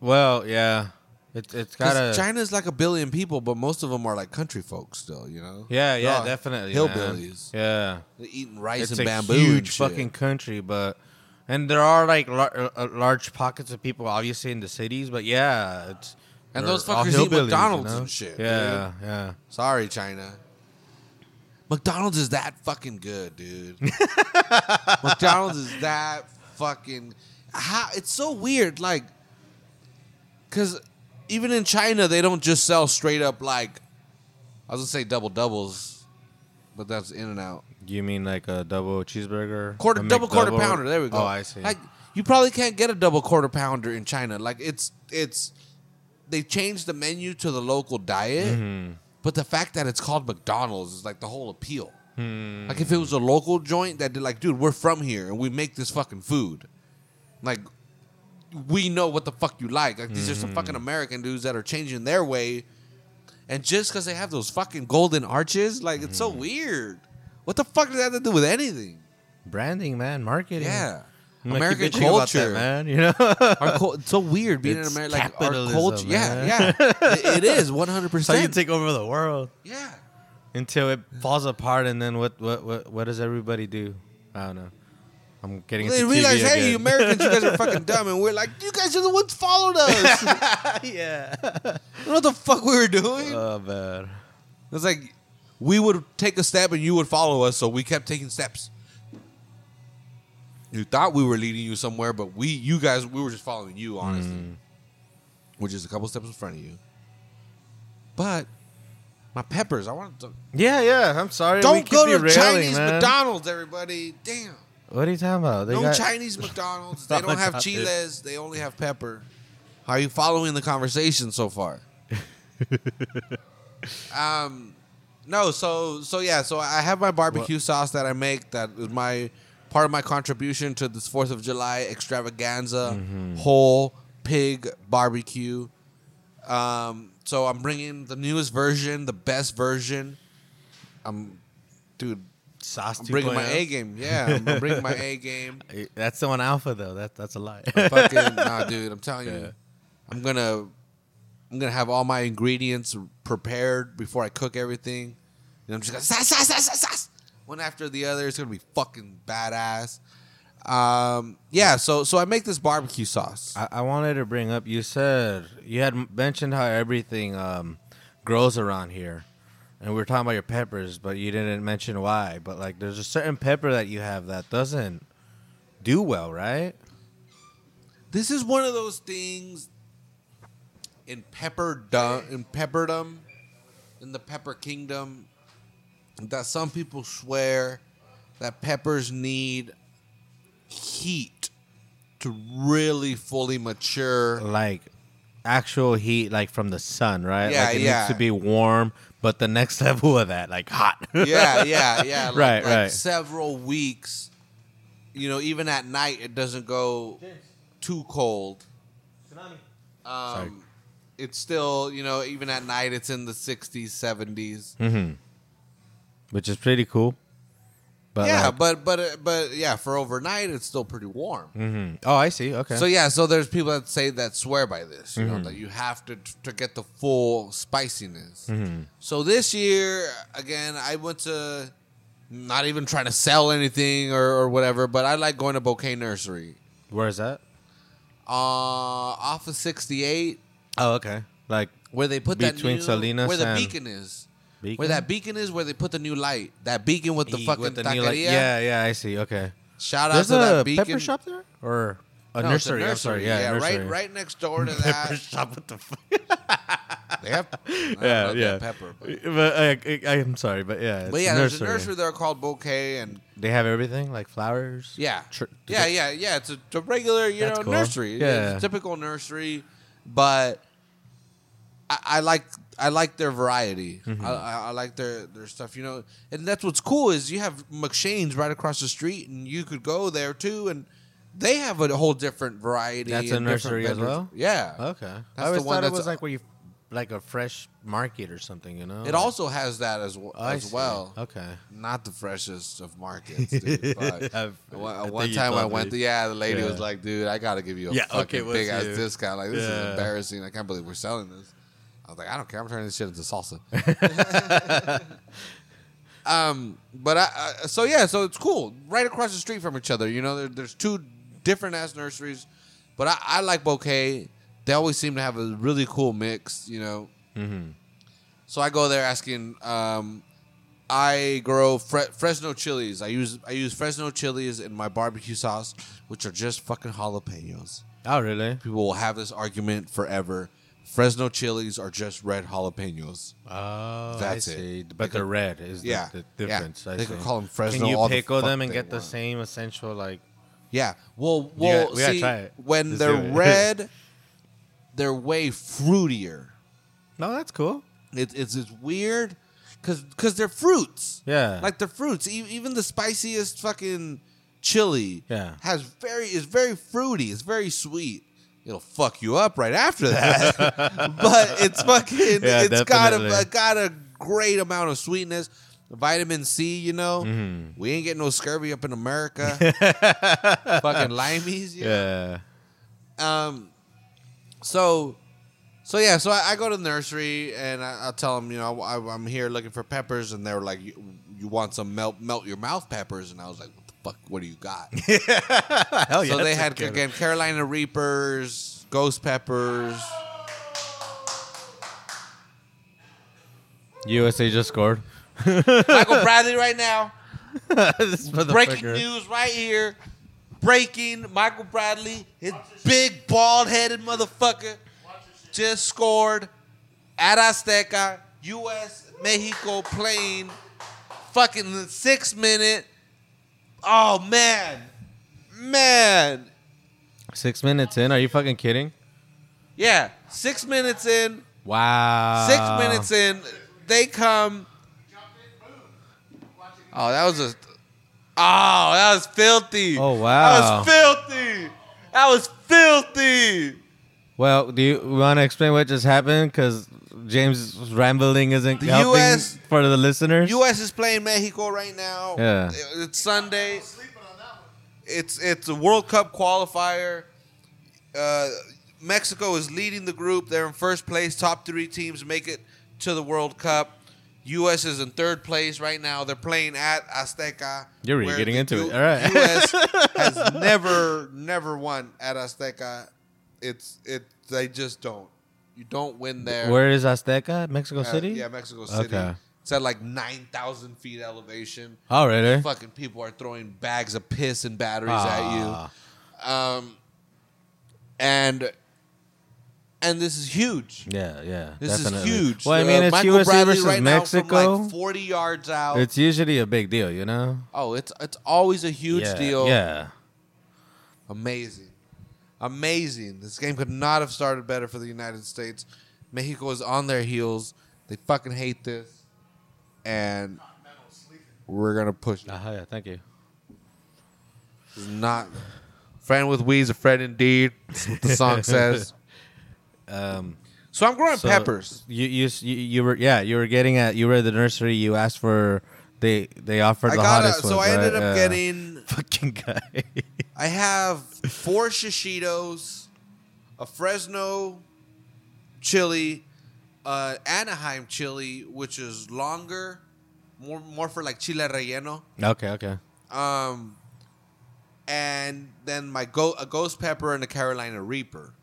S1: Well, yeah, it, it's gotta.
S2: Because China's like a billion people, but most of them are like country folks still, you know?
S1: Yeah, yeah,
S2: They're
S1: definitely.
S2: Hillbillies.
S1: Man. Yeah,
S2: They're eating rice
S1: it's
S2: and
S1: a
S2: bamboo. and
S1: huge
S2: shit.
S1: fucking country, but and there are like lar- uh, large pockets of people, obviously in the cities, but yeah, it's
S2: And
S1: they're
S2: those
S1: all
S2: fuckers eat
S1: hillbillies, you
S2: McDonald's
S1: know?
S2: and shit,
S1: Yeah, yeah.
S2: Sorry, China. McDonald's is that fucking good, dude. McDonald's is that fucking. How, it's so weird, like, because even in China they don't just sell straight up like, I was gonna say double doubles, but that's In and Out
S1: You mean like a double cheeseburger,
S2: quarter
S1: A
S2: double quarter
S1: McDouble?
S2: pounder. There we go.
S1: Oh, I see.
S2: Like you probably can't get a double quarter pounder in China. Like it's it's they changed the menu to the local diet,
S1: Mm-hmm.
S2: but the fact that it's called McDonald's is like the whole appeal.
S1: Hmm.
S2: Like if it was a local joint that did like, dude, we're from here and we make this fucking food. Like we know what the fuck you like. Like these are some
S1: Hmm.
S2: fucking American dudes that are changing their way. And just because they have those fucking golden arches, like it's
S1: Hmm.
S2: so weird. What the fuck does that have to do with anything?
S1: Branding, man, marketing.
S2: Yeah.
S1: I'm like,
S2: American
S1: you bitching about
S2: culture.
S1: that, man. You know,
S2: Our cul- it's so weird being
S1: It's
S2: an American. Like our
S1: capitalism,
S2: culture.
S1: man.
S2: Yeah, yeah. It- it is 100%.
S1: so you take over the world
S2: yeah.
S1: until it falls apart, and then what? What? What, what does everybody do? I don't know. I'm getting.
S2: They
S1: into
S2: realize,
S1: TV
S2: hey,
S1: again.
S2: you Americans, you guys are fucking dumb. And we're like, you guys are the ones followed us. you
S1: yeah.
S2: know what the fuck we were doing?
S1: Oh man.
S2: it's like, we would take a step and you would follow us. So we kept taking steps. You thought we were leading you somewhere, but we, you guys, we were just following you, honestly.
S1: Mm.
S2: Which is a couple steps in front of you. But my peppers, I wanted to
S1: Yeah, yeah. I'm sorry. we
S2: Don't
S1: keep
S2: go to
S1: derailing,
S2: Chinese
S1: man.
S2: McDonald's, everybody. Damn.
S1: What are you talking about? They
S2: no
S1: got-
S2: Chinese McDonald's. They
S1: Oh,
S2: don't have
S1: God, dude.
S2: chiles. They only have pepper. How are you following the conversation so far? um, no. So so yeah. So I have my barbecue sauce that I make. That is my part of my contribution to this Fourth of July extravaganza. Whole pig barbecue. Um, so I'm bringing the newest version, the best version. I'm, dude.
S1: Sauce
S2: I'm bringing my
S1: 2.0.
S2: A game. Yeah, I'm- I'm bringing my A game.
S1: Eh, That's someone alpha though. That that's a lie.
S2: fucking nah, dude. I'm telling
S1: Yeah.
S2: you, I'm gonna, I'm gonna have all my ingredients prepared before I cook everything. And I'm just gonna sass, sass, sass, sass, sass, one after the other. It's gonna be fucking badass. Um, yeah. So, so I make this barbecue sauce.
S1: I, I wanted to bring up. You said you had m- mentioned how everything um, grows around here, and we were talking about your peppers, but you didn't mention why. But like, there's a certain pepper that you have that doesn't do well, right?
S2: this is one of those things in pepperdom in pepperdom in the pepper kingdom that some people swear that peppers need heat to really fully mature
S1: Like actual heat, like from the sun, right?
S2: Yeah,
S1: like it
S2: yeah.
S1: needs to be warm, but the next level of that, like hot.
S2: yeah, yeah, yeah. Like,
S1: Right,
S2: like
S1: right.
S2: Several weeks. You know, even at night, it doesn't go too cold.
S1: Sorry.
S2: Um, it's still, you know, even at night, it's in the 60s, 70s.
S1: which is pretty cool. But
S2: yeah,
S1: like-
S2: but but uh, but yeah, for overnight, it's still pretty warm.
S1: Mhm. oh, I see. Okay,
S2: So yeah, so there's people that say that swear by this, you know,
S1: Mm-hmm.
S2: that you have to to get the full spiciness.
S1: Mm-hmm.
S2: So this year, again, I went to not even trying to sell anything or, or whatever, but I like going to Bouquet Nursery.
S1: where is that?
S2: Uh, off of 68,
S1: Oh, okay. Like
S2: where they put that
S1: Between
S2: new-
S1: Salinas
S2: where the
S1: and-
S2: beacon is.
S1: Beacon?
S2: Where that beacon is, where they put the new light. That beacon with the
S1: Eat
S2: fucking
S1: with the
S2: taqueria.
S1: new, like- yeah, yeah, I see. Okay.
S2: Shout out
S1: There's
S2: to
S1: a
S2: that beacon.
S1: pepper shop there, or a
S2: No, it's
S1: nursery. I'm sorry, yeah, nursery.
S2: right, right next door to that.
S1: shop. What the fuck?
S2: They have, I don't know
S1: Yeah,
S2: if they
S1: yeah.
S2: have Pepper, but,
S1: But uh, I, I, I'm sorry, but yeah, it's
S2: but yeah, there's a
S1: nursery.
S2: nursery there called Bouquet, and
S1: They have everything like flowers.
S2: yeah,
S1: Tr-
S2: yeah, yeah, yeah. It's a, it's a regular, you
S1: That's
S2: know,
S1: cool.
S2: nursery. Yeah,
S1: Yeah.
S2: it's a typical nursery, but I, I like I like their variety.
S1: Mm-hmm.
S2: I, I, I like their their stuff. You know, and that's what's cool is you have McShane's right across the street, and you could go there too, and they have a whole different variety.
S1: That's a
S2: and different
S1: nursery as
S2: vendors.
S1: well?
S2: Yeah.
S1: Okay.
S2: That's
S1: I always
S2: the one
S1: thought it
S2: that's-
S1: was like where you, like a fresh market or something. You know.
S2: It also has that as, w-
S1: I
S2: as
S1: see.
S2: well.
S1: Okay.
S2: not the freshest of markets. Dude. Fuck.
S1: I've-
S2: one
S1: I think
S2: one
S1: you
S2: time I
S1: told
S2: went,
S1: me.
S2: yeah, the lady
S1: Yeah.
S2: was like, "Dude, I gotta give you a
S1: Yeah, okay,
S2: fucking
S1: it was
S2: big ass
S1: you.
S2: discount. Like this is
S1: Yeah.
S2: embarrassing. I can't believe we're selling this." I was like, "I don't care. I'm turning this shit into salsa." um, but I, I so yeah, so it's cool. Right across the street from each other, you know, there, there's two different ass nurseries, but I, I like Bouquet. They always seem to have a really cool mix, you know.
S1: Mm-hmm.
S2: So I go there asking. Um, I grow Fre- Fresno chilies. I use I use Fresno chilies in my barbecue sauce, which are just fucking jalapenos.
S1: Oh really?
S2: People will have this argument forever. Fresno chilies are just red jalapenos.
S1: Oh,
S2: That's
S1: I
S2: it.
S1: see. But the red is the-
S2: Yeah,
S1: the,
S2: yeah.
S1: difference. I
S2: They could
S1: see.
S2: call 'em Fresno
S1: Can you
S2: all the
S1: pickle
S2: fuck
S1: them and
S2: they
S1: get the
S2: want.
S1: same essential like?
S2: Yeah. Well, well.
S1: gotta- we gotta
S2: see,
S1: try it. Let's
S2: when
S1: do
S2: they're
S1: it.
S2: red, they're way fruitier.
S1: No, that's cool.
S2: It's it's, it's weird because because they're fruits.
S1: Yeah.
S2: like the fruits. E- even the spiciest fucking chili.
S1: Yeah.
S2: has very is very fruity. It's very sweet. It'll fuck you up right after that. but it's fucking.
S1: Yeah,
S2: it's got a,
S1: definitely.
S2: a- got a great amount of sweetness. Vitamin C, you know,
S1: Mm-hmm.
S2: we ain't getting no scurvy up in America. fucking limeys, you know?
S1: Yeah.
S2: Um, so, so yeah, so I, I go to the nursery and I, I tell them, you know, I, I'm here looking for peppers, and they were like, you, "You want some melt melt your mouth peppers?" And I was like, "What the fuck? What do you got?"
S1: Hell
S2: so they
S1: that's a
S2: had
S1: good
S2: again Carolina Reapers, ghost peppers.
S1: one. USA just scored.
S2: Michael Bradley right now,
S1: This
S2: breaking
S1: motherfucker.
S2: news right here. Breaking Michael Bradley, his big bald headed motherfucker, just scored at Azteca, US Mexico playing fucking the six minute Oh man, man.
S1: Six minutes in? Are you fucking kidding?
S2: Yeah, six minutes in,
S1: Wow.
S2: six minutes in, they come. Oh, that was a. Oh, that was filthy.
S1: Oh,
S2: That
S1: wow.
S2: was filthy. That was filthy.
S1: Well, do you want to explain what just happened? Because James rambling isn't
S2: The
S1: helping
S2: US
S1: for the listeners.
S2: U.S. is playing Mexico right now.
S1: Yeah.
S2: it's Sunday. It's it's a World Cup qualifier. Uh, Mexico is leading the group. They're in first place. Top three teams make it to the World Cup. U.S. is in third place right now. They're playing at Azteca.
S1: You're really
S2: where
S1: getting
S2: the
S1: into
S2: U-
S1: it. All right.
S2: U.S. has never never won at Azteca. It's it. They just don't. You don't win there.
S1: Where is Azteca? Mexico
S2: Uh,
S1: City?
S2: Yeah, Mexico City.
S1: Okay.
S2: It's at like 9,000 feet elevation.
S1: Oh, really?
S2: Fucking people are throwing bags of piss and batteries
S1: Ah.
S2: at you. Um, and and this is huge.
S1: Yeah, yeah.
S2: This
S1: definitely.
S2: is huge.
S1: Well, I
S2: Uh,
S1: mean, it's
S2: Michael
S1: USA
S2: Bradley
S1: versus
S2: right now from,
S1: Mexico.
S2: like 40 yards out.
S1: it's usually a big deal, you know?
S2: oh, it's it's always a huge
S1: yeah,
S2: deal.
S1: Yeah.
S2: Amazing. Amazing. This game could not have started better for the United States. Mexico is on their heels. They fucking hate this. And we're going to push. it.
S1: Uh-huh, yeah. Thank you.
S2: This is not. Friend with weed's a friend indeed. That's what the song says.
S1: Um,
S2: So I'm growing
S1: so
S2: peppers.
S1: You, you s- you you were yeah you were getting at you were at the nursery. You asked for they they offered the
S2: I got a,
S1: hottest
S2: so
S1: ones,
S2: I ended
S1: right?
S2: up
S1: Yeah.
S2: getting
S1: fucking guy.
S2: I have four shishitos, a Fresno chili, uh, Anaheim chili, which is longer, more more for like chile relleno,
S1: okay, okay.
S2: um, and then my go- a ghost pepper and a Carolina Reaper.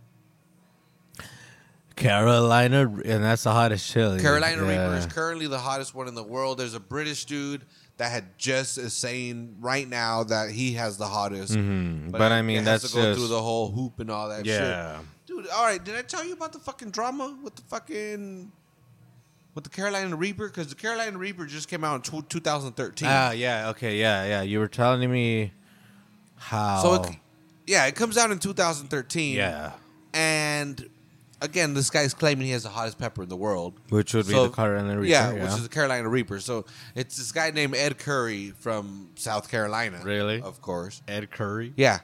S1: Carolina, and that's the hottest chili.
S2: Carolina
S1: yeah.
S2: Reaper is currently the hottest one in the world. There's a British dude that had just is saying right now that he has the hottest.
S1: Mhm. But I
S2: it
S1: mean,
S2: has
S1: that's
S2: to go
S1: just-
S2: through the whole hoop and all that.
S1: Yeah.
S2: shit. dude. All right, did I tell you about the fucking drama with the fucking with the Carolina Reaper? Because the Carolina Reaper just came out in tw 2013.
S1: Ah, yeah, okay, yeah, yeah. You were telling me how.
S2: so it, yeah, it comes out in 2013.
S1: oh. yeah,
S2: and again, this guy's claiming he has the hottest pepper in the world.
S1: which would be
S2: So-
S1: the Carolina Reaper.
S2: Yeah,
S1: Yeah,
S2: which is the Carolina Reaper. So it's this guy named Ed Curry from South Carolina.
S1: Really?
S2: Of course.
S1: Ed Curry.
S2: Yeah.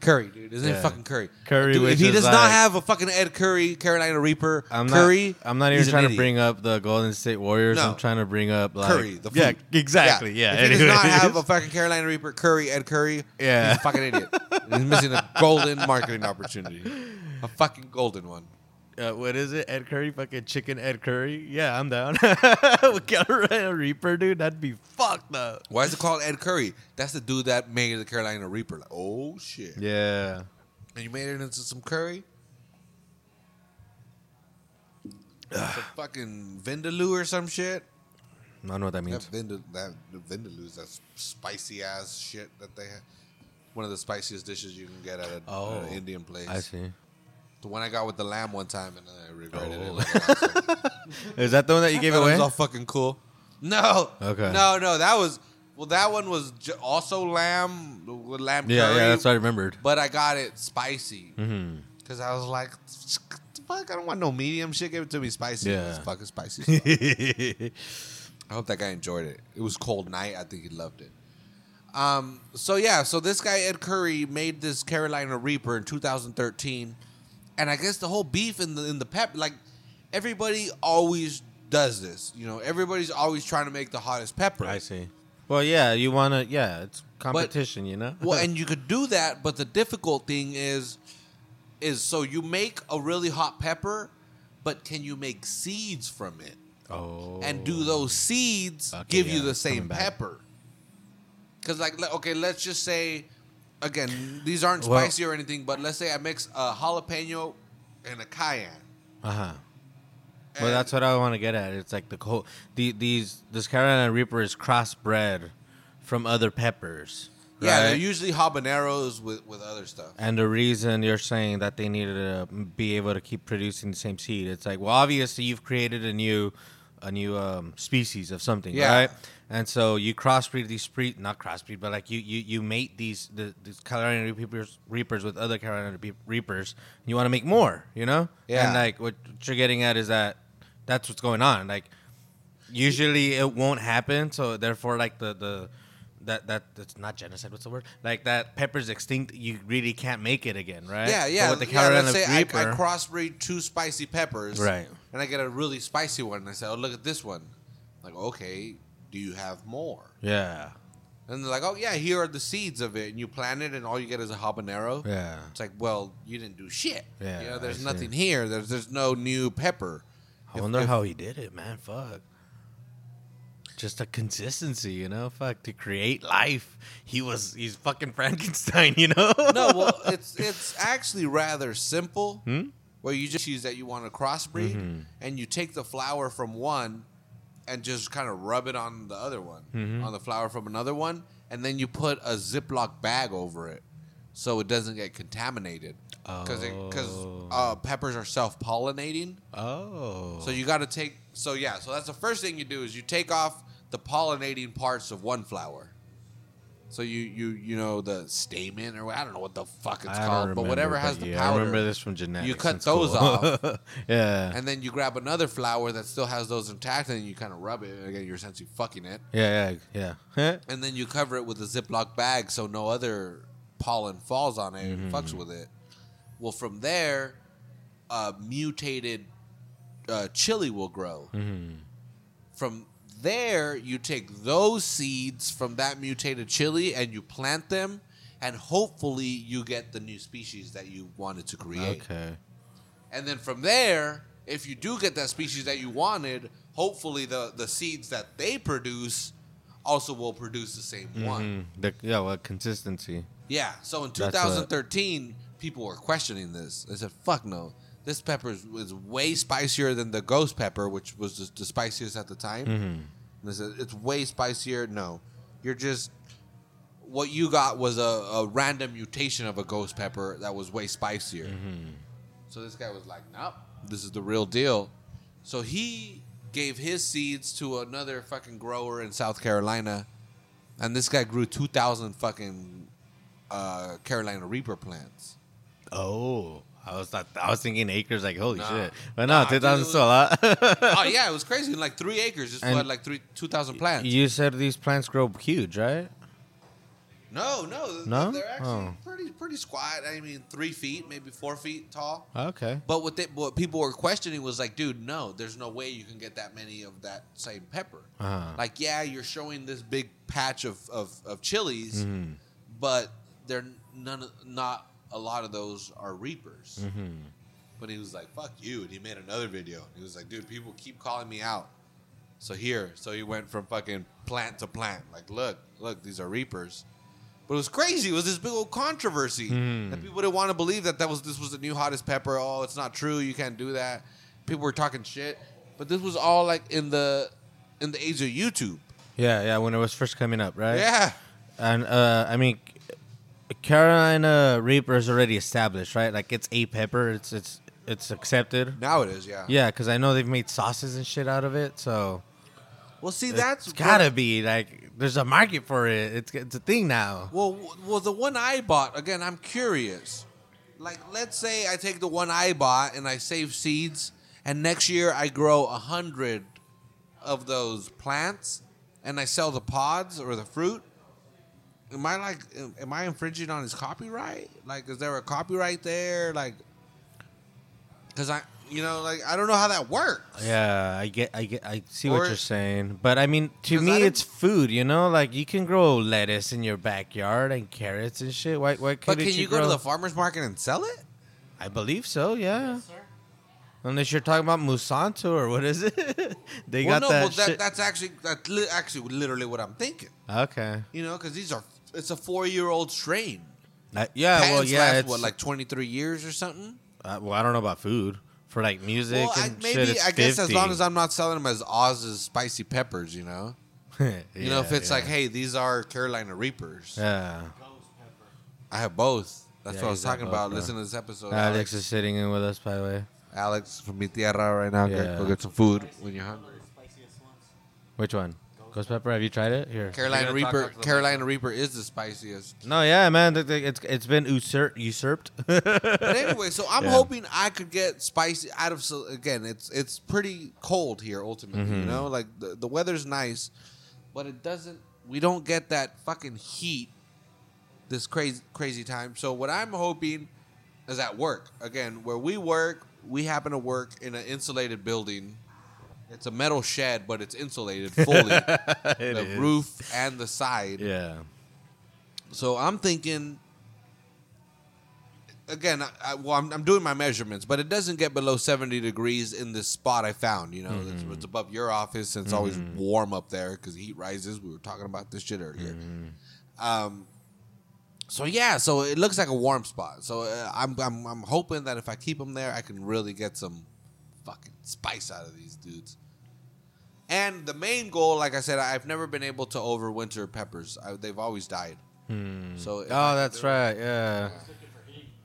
S2: Curry, dude. Isn't
S1: Yeah.
S2: it fucking Curry?
S1: Curry,
S2: Dude,
S1: which
S2: if he
S1: is
S2: does not
S1: like-
S2: have a fucking Ed Curry, Carolina Reaper,
S1: I'm not.
S2: Curry.
S1: I'm not even
S2: he's an
S1: trying to
S2: idiot.
S1: bring up the Golden State Warriors.
S2: No.
S1: I'm trying to bring up like
S2: Curry, the
S1: yeah,
S2: food.
S1: exactly. Yeah.
S2: If he does not
S1: anyways.
S2: have a fucking Carolina Reaper, Curry, Ed Curry,
S1: Yeah.
S2: he's a fucking idiot. he's missing a golden marketing opportunity. A fucking golden one.
S1: uh, what is it? Ed Curry, fucking chicken Ed Curry. Yeah, I'm down. With Carolina Reaper, dude, that'd be fucked up.
S2: Why is it called Ed Curry? That's the dude that made the Carolina Reaper. Like, oh shit.
S1: Yeah.
S2: and you made it into some curry. Some fucking vindaloo or some shit.
S1: I don't know what that
S2: That
S1: means.
S2: vindaloo, that the vindaloo is that spicy ass shit that they have. One of the spiciest dishes you can get at a-
S1: Oh,
S2: an Indian place.
S1: I see.
S2: The one I got with the lamb one time and then I regretted
S1: Oh.
S2: it. Like, I was like,
S1: Is that the one that you gave
S2: That
S1: away?
S2: was all fucking cool. No.
S1: Okay.
S2: No, no, that was. Well, that one was j- also lamb with lamb
S1: yeah,
S2: curry.
S1: yeah, that's what I remembered.
S2: but I got it spicy
S1: Mm-hmm.
S2: because I was like, "Fuck, I don't want no medium shit. Give it to me spicy.
S1: Yeah.
S2: It's fucking spicy." as fuck. I hope that guy enjoyed it. It was cold night. I think he loved it. Um. So yeah. So this guy Ed Curry made this Carolina Reaper in 2013, and I guess the whole beef in the in the pep like everybody always does this. You know, everybody's always trying to make the hottest pepper.
S1: I see. Well, yeah, you want to, yeah, it's competition, you know?
S2: well, and you could do that, but the difficult thing is, is so you make a really hot pepper, but can you make seeds from it?
S1: oh.
S2: And do those seeds
S1: Okay,
S2: give you
S1: yeah,
S2: the
S1: it's
S2: same
S1: coming back.
S2: pepper? Because like, le- okay, let's just say, again, these aren't
S1: Well-
S2: spicy or anything, but let's say I mix a jalapeno and a cayenne.
S1: Uh huh. Well,
S2: And-
S1: that's what I want to get at. It's like the whole the, these this Carolina Reaper is crossbred from other peppers.
S2: Yeah, they're
S1: right?
S2: usually habaneros with with other stuff.
S1: And the reason you're saying that they needed to be able to keep producing the same seed, it's like, well, obviously you've created a new a new um, species of something,
S2: Yeah.
S1: right? And so you crossbreed these pre not crossbreed, but like you you, you mate these the, these Carolina reapers, reapers with other Carolina Reap- reapers. And you want to make more, you know?
S2: Yeah.
S1: And like what you're getting at is that that's what's going on. Like usually it won't happen, so therefore like the the that that that's not genocide. What's the word? Like that pepper's extinct. You really can't make it again, right?
S2: Yeah,
S1: But
S2: yeah.
S1: with the
S2: yeah,
S1: Carolina
S2: let's say I, I
S1: Reaper,
S2: crossbreed two spicy peppers,
S1: Right.
S2: And I get a really spicy one. And I say, "Oh, look at this one." like, okay, do you have more?
S1: yeah,
S2: And they're like, "Oh yeah, here are the seeds of it." And you plant it, and all you get is a habanero.
S1: yeah.
S2: It's like, well, you didn't do shit.
S1: Yeah,
S2: you know,
S1: I
S2: there's
S1: see.
S2: nothing here. There's there's no new pepper.
S1: I
S2: If-
S1: wonder
S2: if-
S1: how he did it, man. Fuck. Just the consistency, you know. Fuck to create life. He was he's fucking Frankenstein, you know.
S2: no, well, it's it's actually rather simple. Where you just use that you want to crossbreed, and you take the flower from one, and just kind of rub it on the other one, on the flower from another one, and then you put a Ziploc bag over it, so it doesn't get contaminated. Because
S1: Oh.
S2: uh, peppers are self pollinating,
S1: Oh.
S2: so you got to take. So yeah, so that's the first thing you do is you take off the pollinating parts of one flower. So you you you know the stamen or I don't know what the fuck it's
S1: I don't
S2: called, but
S1: remember,
S2: whatever has the
S1: yeah,
S2: powder.
S1: I remember this from genetics.
S2: You cut
S1: That's
S2: those
S1: cool.
S2: off.
S1: yeah.
S2: And then you grab another flower that still has those intact, and you kind of rub it. Again, you're essentially fucking it.
S1: yeah. Yeah. Yeah.
S2: And then you cover it with a Ziploc bag so no other pollen falls on it and fucks with it. Well, from there, uh, mutated uh, chili will grow. From there, you take those seeds from that mutated chili and you plant them, and hopefully, you get the new species that you wanted to create.
S1: Okay.
S2: And then from there, if you do get that species that you wanted, hopefully the, the seeds that they produce also will produce the same one.
S1: Mm, the, yeah. Well, consistency.
S2: Yeah. So in
S1: what-
S2: 2013, people were questioning this. They said, fuck no. This pepper is, is way spicier than the ghost pepper, which was just the spiciest at the time. And they said, it's way spicier. No. You're just. What you got was a, a random mutation of a ghost pepper that was way spicier. So this guy was like, nope, this is the real deal. So he gave his seeds to another fucking grower in South Carolina, and this guy grew 2,000 fucking uh, Carolina Reaper plants.
S1: Oh. I was thought, I was thinking acres. Like holy
S2: Nah.
S1: shit. But no,
S2: Nah,
S1: two thousand
S2: dude.
S1: still a lot.
S2: oh, yeah, it was crazy. In like three acres, just
S1: And-
S2: flooded like three, 2,000 plants.
S1: you said these plants grow huge, right?
S2: no, no,
S1: No?
S2: They're actually
S1: Oh.
S2: pretty, pretty squat. I mean, three feet, maybe four feet tall.
S1: Okay.
S2: But what, they, what people were questioning was like, dude, no, there's no way you can get that many of that same pepper.
S1: Uh-huh.
S2: Like, yeah, you're showing this big patch of of, of chilies, but they're none, of- not a lot of those are reapers. But he was like, fuck you, and he made another video. He was like, dude, people keep calling me out. So here, so he went from fucking plant to plant. Like, look, look, these are reapers. But it was crazy. It was this big old controversy
S1: Hmm.
S2: that people didn't want to believe that that was this was the new hottest pepper. Oh, it's not true. You can't do that. People were talking shit, but this was all like in the in the age of YouTube.
S1: Yeah. Yeah. When it was first coming up, right?
S2: Yeah,
S1: And uh, I mean, Carolina Reaper is already established, right? Like it's a pepper. It's it's it's accepted.
S2: now it is. Yeah.
S1: Yeah, because I know they've made sauces and shit out of it. So
S2: Well, see, that's
S1: it's gotta be like there's a market for it. It's it's a thing now.
S2: Well, w- well, the one I bought again. I'm curious. Like, let's say I take the one I bought and I save seeds, and next year I grow a hundred of those plants, and I sell the pods or the fruit. Am I like, am- am I infringing on his copyright? Like, is there a copyright there? Like, because I, you know, like I don't know how that works.
S1: Yeah, I get, I get, I see
S2: Or-
S1: what you're saying, but I mean, to
S2: 'Cause I
S1: me,
S2: didn't-
S1: it's food. You know, like you can grow lettuce in your backyard and carrots and shit. Why, why
S2: But
S1: couldn't
S2: can you go
S1: grow-
S2: to the farmers market and sell it?
S1: I believe so. Yeah. Unless you're talking about Musanto or what is it? they
S2: well,
S1: got
S2: no,
S1: that,
S2: well, that,
S1: shit.
S2: that's actually that's li- actually literally what I'm thinking.
S1: Okay.
S2: You know, because these are it's a four year old strain.
S1: Uh, yeah,
S2: Patents
S1: well, yeah,
S2: last,
S1: it's,
S2: what like twenty three years or something.
S1: uh, well, I don't know about food for like music
S2: Well, I,
S1: and
S2: maybe
S1: shit. It's
S2: I guess as
S1: 50.
S2: long as I'm not selling them as Oz's spicy peppers, you know. You know, if
S1: Yeah,
S2: it's
S1: yeah.
S2: like, hey, these are Carolina Reapers.
S1: yeah,
S2: I have both. That's
S1: Yeah,
S2: what I
S1: you
S2: was
S1: got
S2: talking
S1: both,
S2: about.
S1: bro.
S2: Listen to this episode.
S1: Alex is sitting in with us, by the way.
S2: Alex from Mi Tierra right now. Go-
S1: Yeah.
S2: Go get some food when you're hungry.
S6: Spicy
S1: Which one? Ghost pepper? Have you tried it? Here.
S2: Carolina
S6: We're gonna talk
S2: Reaper.
S6: about the-
S2: Carolina Reaper is the spiciest.
S1: No, yeah, man. th- th- It's it's been usurped. usurped.
S2: But anyway, so I'm
S1: Yeah.
S2: hoping I could get spicy out of. So again, it's it's pretty cold here. Ultimately,
S1: Mm-hmm.
S2: you know, like the, the weather's nice, but it doesn't. We don't get that fucking heat this crazy crazy time. So what I'm hoping is at work again, where we work, we happen to work in an insulated building. It's a metal shed, but it's insulated fully, the
S1: is.
S2: roof and the side.
S1: yeah.
S2: So I'm thinking. Again, I, I, well, I'm, I'm doing my measurements, but it doesn't get below 70 degrees in this spot I found. You know, it's, it's above your office, and it's always warm up there because heat rises. We were talking about this shit earlier. Um, so yeah, so it looks like a warm spot. So uh, I'm, I'm I'm hoping that if I keep them there, I can really get some fucking spice out of these dudes. And the main goal, like I said, I've never been able to overwinter peppers. I, they've always died. So if I-
S1: Oh, that's right. Yeah.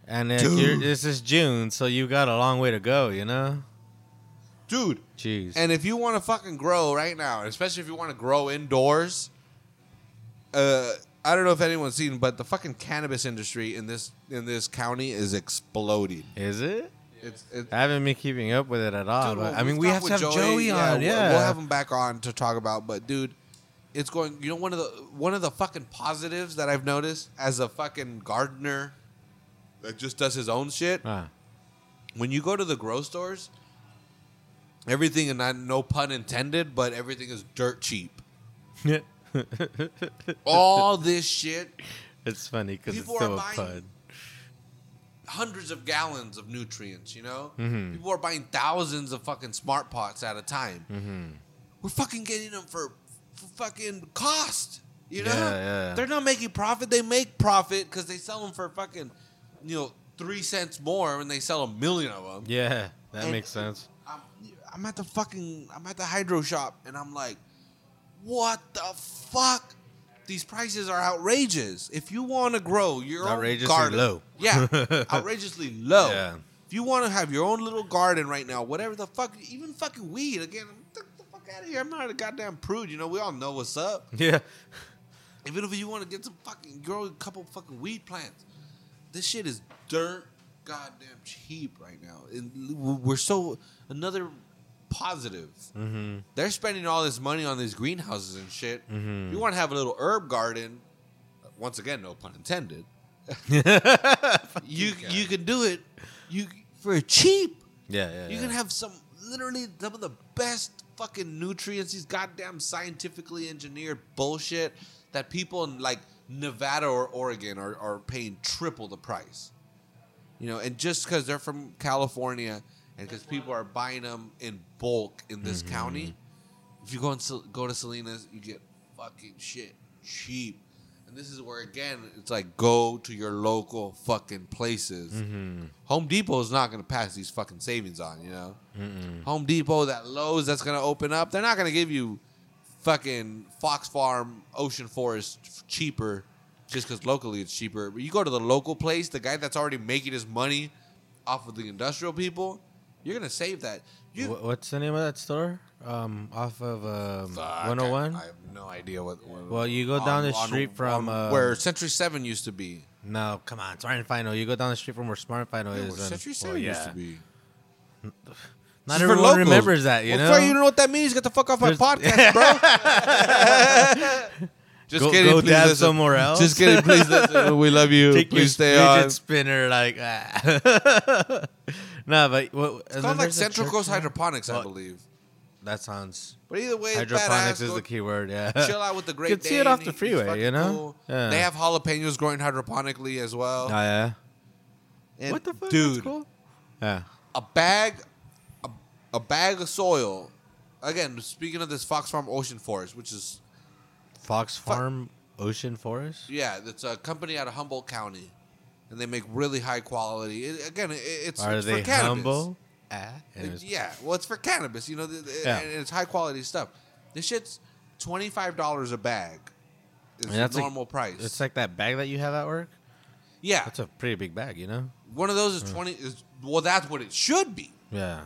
S1: And it, you're, this is June, so you got a long way to go. You know.
S2: dude.
S1: Jeez.
S2: And if you want to fucking grow right now, especially if you want to grow indoors, uh, I don't know if anyone's seen, but the fucking cannabis industry in this in this county is exploding.
S1: is it?
S2: It's, it's
S1: I haven't been keeping up with it at all.
S2: Dude,
S1: Uh, but,
S2: well,
S1: I mean,
S2: we've
S1: we
S2: talked
S1: have to have
S2: with
S1: Joey,
S2: we'll-
S1: on. Yeah,
S2: We'll, have him back on to talk about. But dude, it's going. You know, one of the one of the fucking positives that I've noticed as a fucking gardener that just does his own shit.
S1: Ah,
S2: When you go to the grow stores, everything and not, no pun intended, but everything is dirt cheap. All this shit,
S1: it's funny because it's
S2: People
S1: still
S2: are
S1: a
S2: buying-
S1: pud.
S2: hundreds of gallons of nutrients. You know,
S1: Mm-hmm.
S2: people are buying thousands of fucking smart pots at a time.
S1: Mm-hmm.
S2: We're fucking getting them for, for fucking cost. You know,
S1: Yeah, yeah.
S2: they're not making profit. They make profit because they sell them for fucking, you know, three cents more, and they sell a million of them.
S1: Yeah, that
S2: And-
S1: makes sense.
S2: I'm, I'm at the fucking I'm at the hydro shop and I'm like, what the fuck? These prices are outrageous. If you want to grow your
S1: Outrageously
S2: own garden,
S1: low.
S2: yeah, outrageously low.
S1: Yeah.
S2: If you want to have your own little garden right now, whatever the fuck, even fucking weed. Again, get the fuck out of here. I'm not a goddamn prude. You know, we all know what's up.
S1: Yeah.
S2: Even if you want to get some fucking grow a couple fucking weed plants, this shit is dirt goddamn cheap right now, and we're so another positive. Mm-hmm. They're spending all this money on these greenhouses and shit. If you want to have a little herb garden, uh, once again, no pun intended. you you can do it, you for cheap.
S1: Yeah, yeah.
S2: You
S1: yeah.
S2: can have some literally some of the best fucking nutrients, these goddamn scientifically engineered bullshit that people in like Nevada or Oregon are, are paying triple the price. You know, and just because they're from California and because people are buying them in bulk in this
S1: Mm-hmm.
S2: county, if you go and Sel- go to Salinas, you get fucking shit cheap. And this is where again, it's like go to your local fucking places. Home Depot is not going to pass these fucking savings on, you know. Home Depot, that Lowe's that's going to open up, they're not going to give you fucking Fox Farm, Ocean Forest f- cheaper just because locally it's cheaper. But you go to the local place, the guy that's already making his money off of the industrial people, you're going to save that. You,
S1: Wh- What's the name of that store? Um, off of um,
S2: Fuck, I-
S1: 101.
S2: I, have no idea what. what-
S1: Well, you go down the street from, uh,
S2: where Century Seven used to be.
S1: No, come on, Smart and Final. You go down the street from where Smart and Final
S2: Yeah,
S1: is.
S2: where
S1: and-
S2: Century Seven
S1: well, yeah.
S2: used to be.
S1: Not
S2: This is for
S1: everyone
S2: locals.
S1: remembers that, you
S2: well,
S1: know.
S2: fuck, you know what that means? Get the fuck off my
S1: There's-
S2: podcast, bro. Just
S1: Go-
S2: kidding.
S1: go
S2: please
S1: dab
S2: listen.
S1: somewhere else.
S2: Just kidding. Please listen. We love you.
S1: Take your
S2: please stay
S1: fidget
S2: on.
S1: spinner, like. Ah. no, but what?
S2: It's called like Central Coast Hydroponics, I believe.
S1: That sounds.
S2: But either way, it's
S1: Hydroponics
S2: badass.
S1: is
S2: Go
S1: the key word. Yeah.
S2: Chill out with the great.
S1: You can see it off the
S2: Dane. He's
S1: freeway,
S2: fucking
S1: you know?
S2: cool.
S1: Yeah.
S2: They have jalapenos growing hydroponically as well.
S1: Oh, yeah.
S2: And
S1: what the fuck,
S2: dude?
S1: That's cool. Yeah.
S2: a bag a, a bag of soil again speaking of this fox farm ocean forest which is
S1: Fox Farm Ocean Forest.
S2: yeah it's a company out of humboldt county and they make really high quality it, again it, it's,
S1: Are
S2: it's
S1: they
S2: for cannabis
S1: humble? Ah,
S2: It-
S1: anyways.
S2: yeah well it's for cannabis you know th- th-
S1: Yeah.
S2: and it's high quality stuff this shit's $25 a bag it's
S1: And that's
S2: the
S1: like-
S2: normal price
S1: It's like that bag that you have at work.
S2: yeah
S1: That's a Mm. pretty big bag, you know.
S2: one of those is 20 is well that's what it should be
S1: Yeah.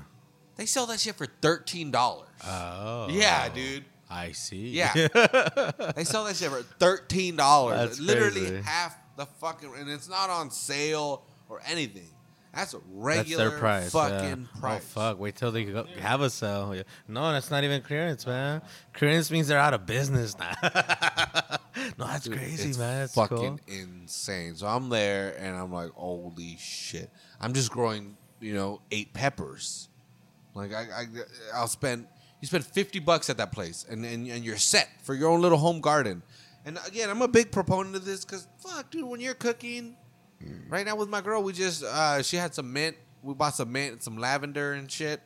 S2: they sell that shit for $13
S1: Oh.
S2: Yeah, dude.
S1: I see.
S2: Yeah. they sell that shit for thirteen dollars.
S1: That's
S2: Literally
S1: crazy.
S2: half the fucking and it's not on sale or anything. That's a
S1: That's
S2: regular
S1: their price.
S2: fucking
S1: yeah.
S2: price.
S1: Oh fuck! Wait till they go, have a sale. Yeah. No, that's not even clearance, man. Clearance means they're out of business now. no, that's crazy,
S2: It's
S1: man. That's cool.
S2: fucking insane. So I'm there and I'm like, holy shit. I'm just growing, you know, eight peppers. Like I, I I'll spend you spend fifty bucks at that place and, and and you're set for your own little home garden. And again, I'm a big proponent of this because fuck, dude, when you're cooking,
S1: Hmm.
S2: right now with my girl, we just uh, she had some mint. We bought some mint and some lavender and shit.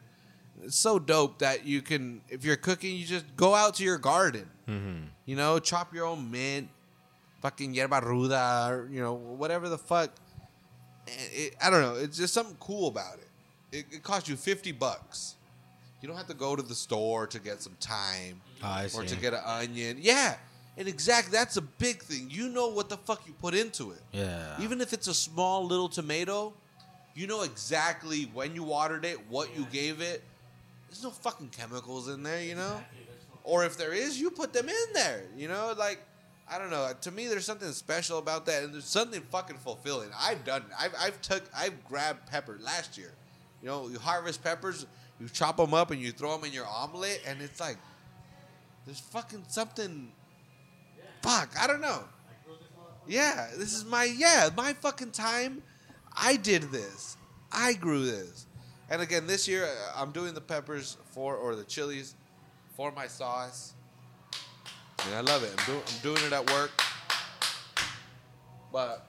S2: It's so dope that you can, if you're cooking, you just go out to your garden.
S1: Hmm.
S2: You know, chop your own mint, fucking yerba ruda, or, you know, whatever the fuck. Eh, It, I don't know. It's just something cool about it. It, it costs you 50 bucks. You don't have to go to the store to get some thyme
S1: Oh, I
S2: or to
S1: see.
S2: get an onion. Yeah. And exactly, that's a big thing. You know what the fuck you put into it.
S1: Yeah.
S2: Even if it's a small little tomato, you know exactly when you watered it, what you gave it. There's no fucking chemicals in there, you know? Or if there is, you put them in there, you know? Like, I don't know. To me, there's something special about that, and there's something fucking fulfilling. I've done it. I've, I've took, I've grabbed pepper last year. You know, you harvest peppers, you chop them up, and you throw them in your omelet, and it's like, there's fucking something. Fuck, I don't know. Yeah, this is my yeah, my fucking time. I did this. I grew this. And again, this year uh, I'm doing the peppers for or the chilies for my sauce. And I love it. I'm, do, I'm doing it at work. But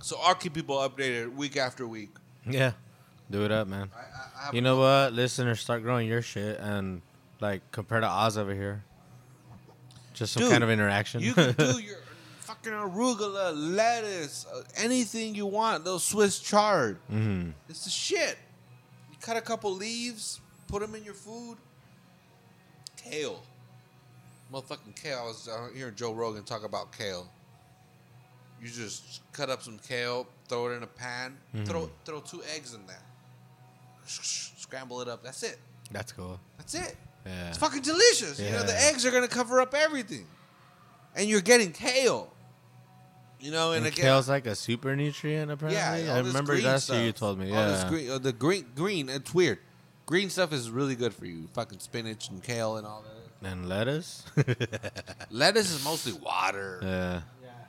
S2: so I'll keep people updated week after week.
S1: Yeah. Do it up, man.
S2: I, I, I have
S1: You know what, listeners, start growing your shit and like compare to Oz over here. Just some
S2: Dude,
S1: kind of interaction.
S2: You can do your fucking arugula, lettuce, uh, anything you want. Little Swiss chard.
S1: Mhm.
S2: It's the shit. You cut a couple leaves, put them in your food. Kale. Motherfucking kale. I was uh, hearing Joe Rogan talk about kale. You just cut up some kale, throw it in a pan, throw throw two eggs in there. Scramble it up. That's it.
S1: That's cool.
S2: That's it.
S1: Yeah.
S2: It's fucking delicious. You know, the
S1: Yeah.
S2: eggs are gonna cover up everything, and you're getting kale. You know, and,
S1: And
S2: again,
S1: kale's like a super nutrient,
S2: yeah,
S1: apparently.
S2: all
S1: I
S2: this
S1: remember
S2: green
S1: that's what
S2: stuff.
S1: you told me.
S2: All this
S1: Yeah.
S2: green, uh, the green, green. It's weird. Green stuff is really good for you. Fucking spinach and kale and all that.
S1: And lettuce.
S2: Lettuce is mostly water.
S1: yeah.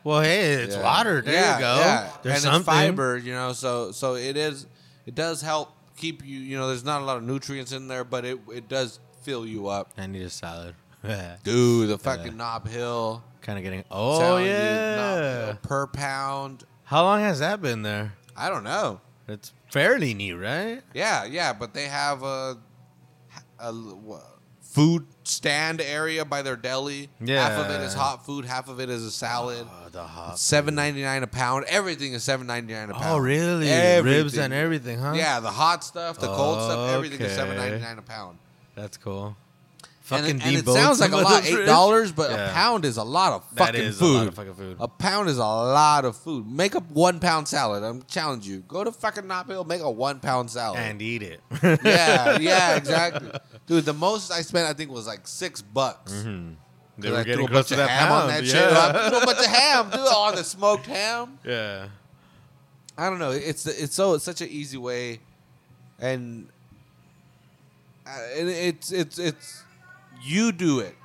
S1: Well, hey, it's
S2: Yeah.
S1: water. There
S2: Yeah,
S1: you go.
S2: yeah.
S1: There's
S2: and
S1: something.
S2: it's fiber, you know. So so it is. It does help keep you. You know, there's not a lot of nutrients in there, but it it does fill you up.
S1: I need a salad.
S2: Dude, the fucking Knob Hill.
S1: kind of getting. Oh
S2: telling you,
S1: yeah.
S2: not per pound.
S1: How long has that been there?
S2: I don't know.
S1: It's fairly new, right?
S2: Yeah, yeah, but they have a, a l- wha- food stand area by their deli. half of it is
S1: Yeah.
S2: hot food, half of it is a salad.
S1: Oh, the hot.
S2: Seven ninety nine a pound. Everything is seven ninety nine a pound.
S1: Oh really? Ribs
S2: Everything.
S1: and everything, huh?
S2: Yeah, the hot stuff, the cold stuff, everything is
S1: Okay.
S2: seven ninety nine a pound.
S1: That's cool.
S2: And,
S1: Fucking
S2: it- and it
S1: deboned
S2: sounds like
S1: some
S2: a
S1: of
S2: lot,
S1: those
S2: eight
S1: ribs.
S2: dollars, but a
S1: Yeah.
S2: pound is a lot of
S1: That
S2: fucking
S1: is a
S2: food.
S1: lot of fucking food.
S2: A pound is a lot of food. Make a one pound salad. I'm challenge you. Go to fucking Knob Hill, make a one pound salad.
S1: and eat it.
S2: yeah, yeah, exactly. Dude, the most I spent I think was like six bucks.
S1: Mm-hmm. they
S2: 'Cause
S1: were
S2: I
S1: getting
S2: threw a
S1: close
S2: bunch
S1: to
S2: of
S1: that
S2: ham
S1: pound.
S2: on that
S1: yeah.
S2: shit. I threw a bunch of ham, dude, on the smoked ham.
S1: yeah.
S2: I don't know. It's it's so it's such an easy way, and uh, and it's it's it's you do it,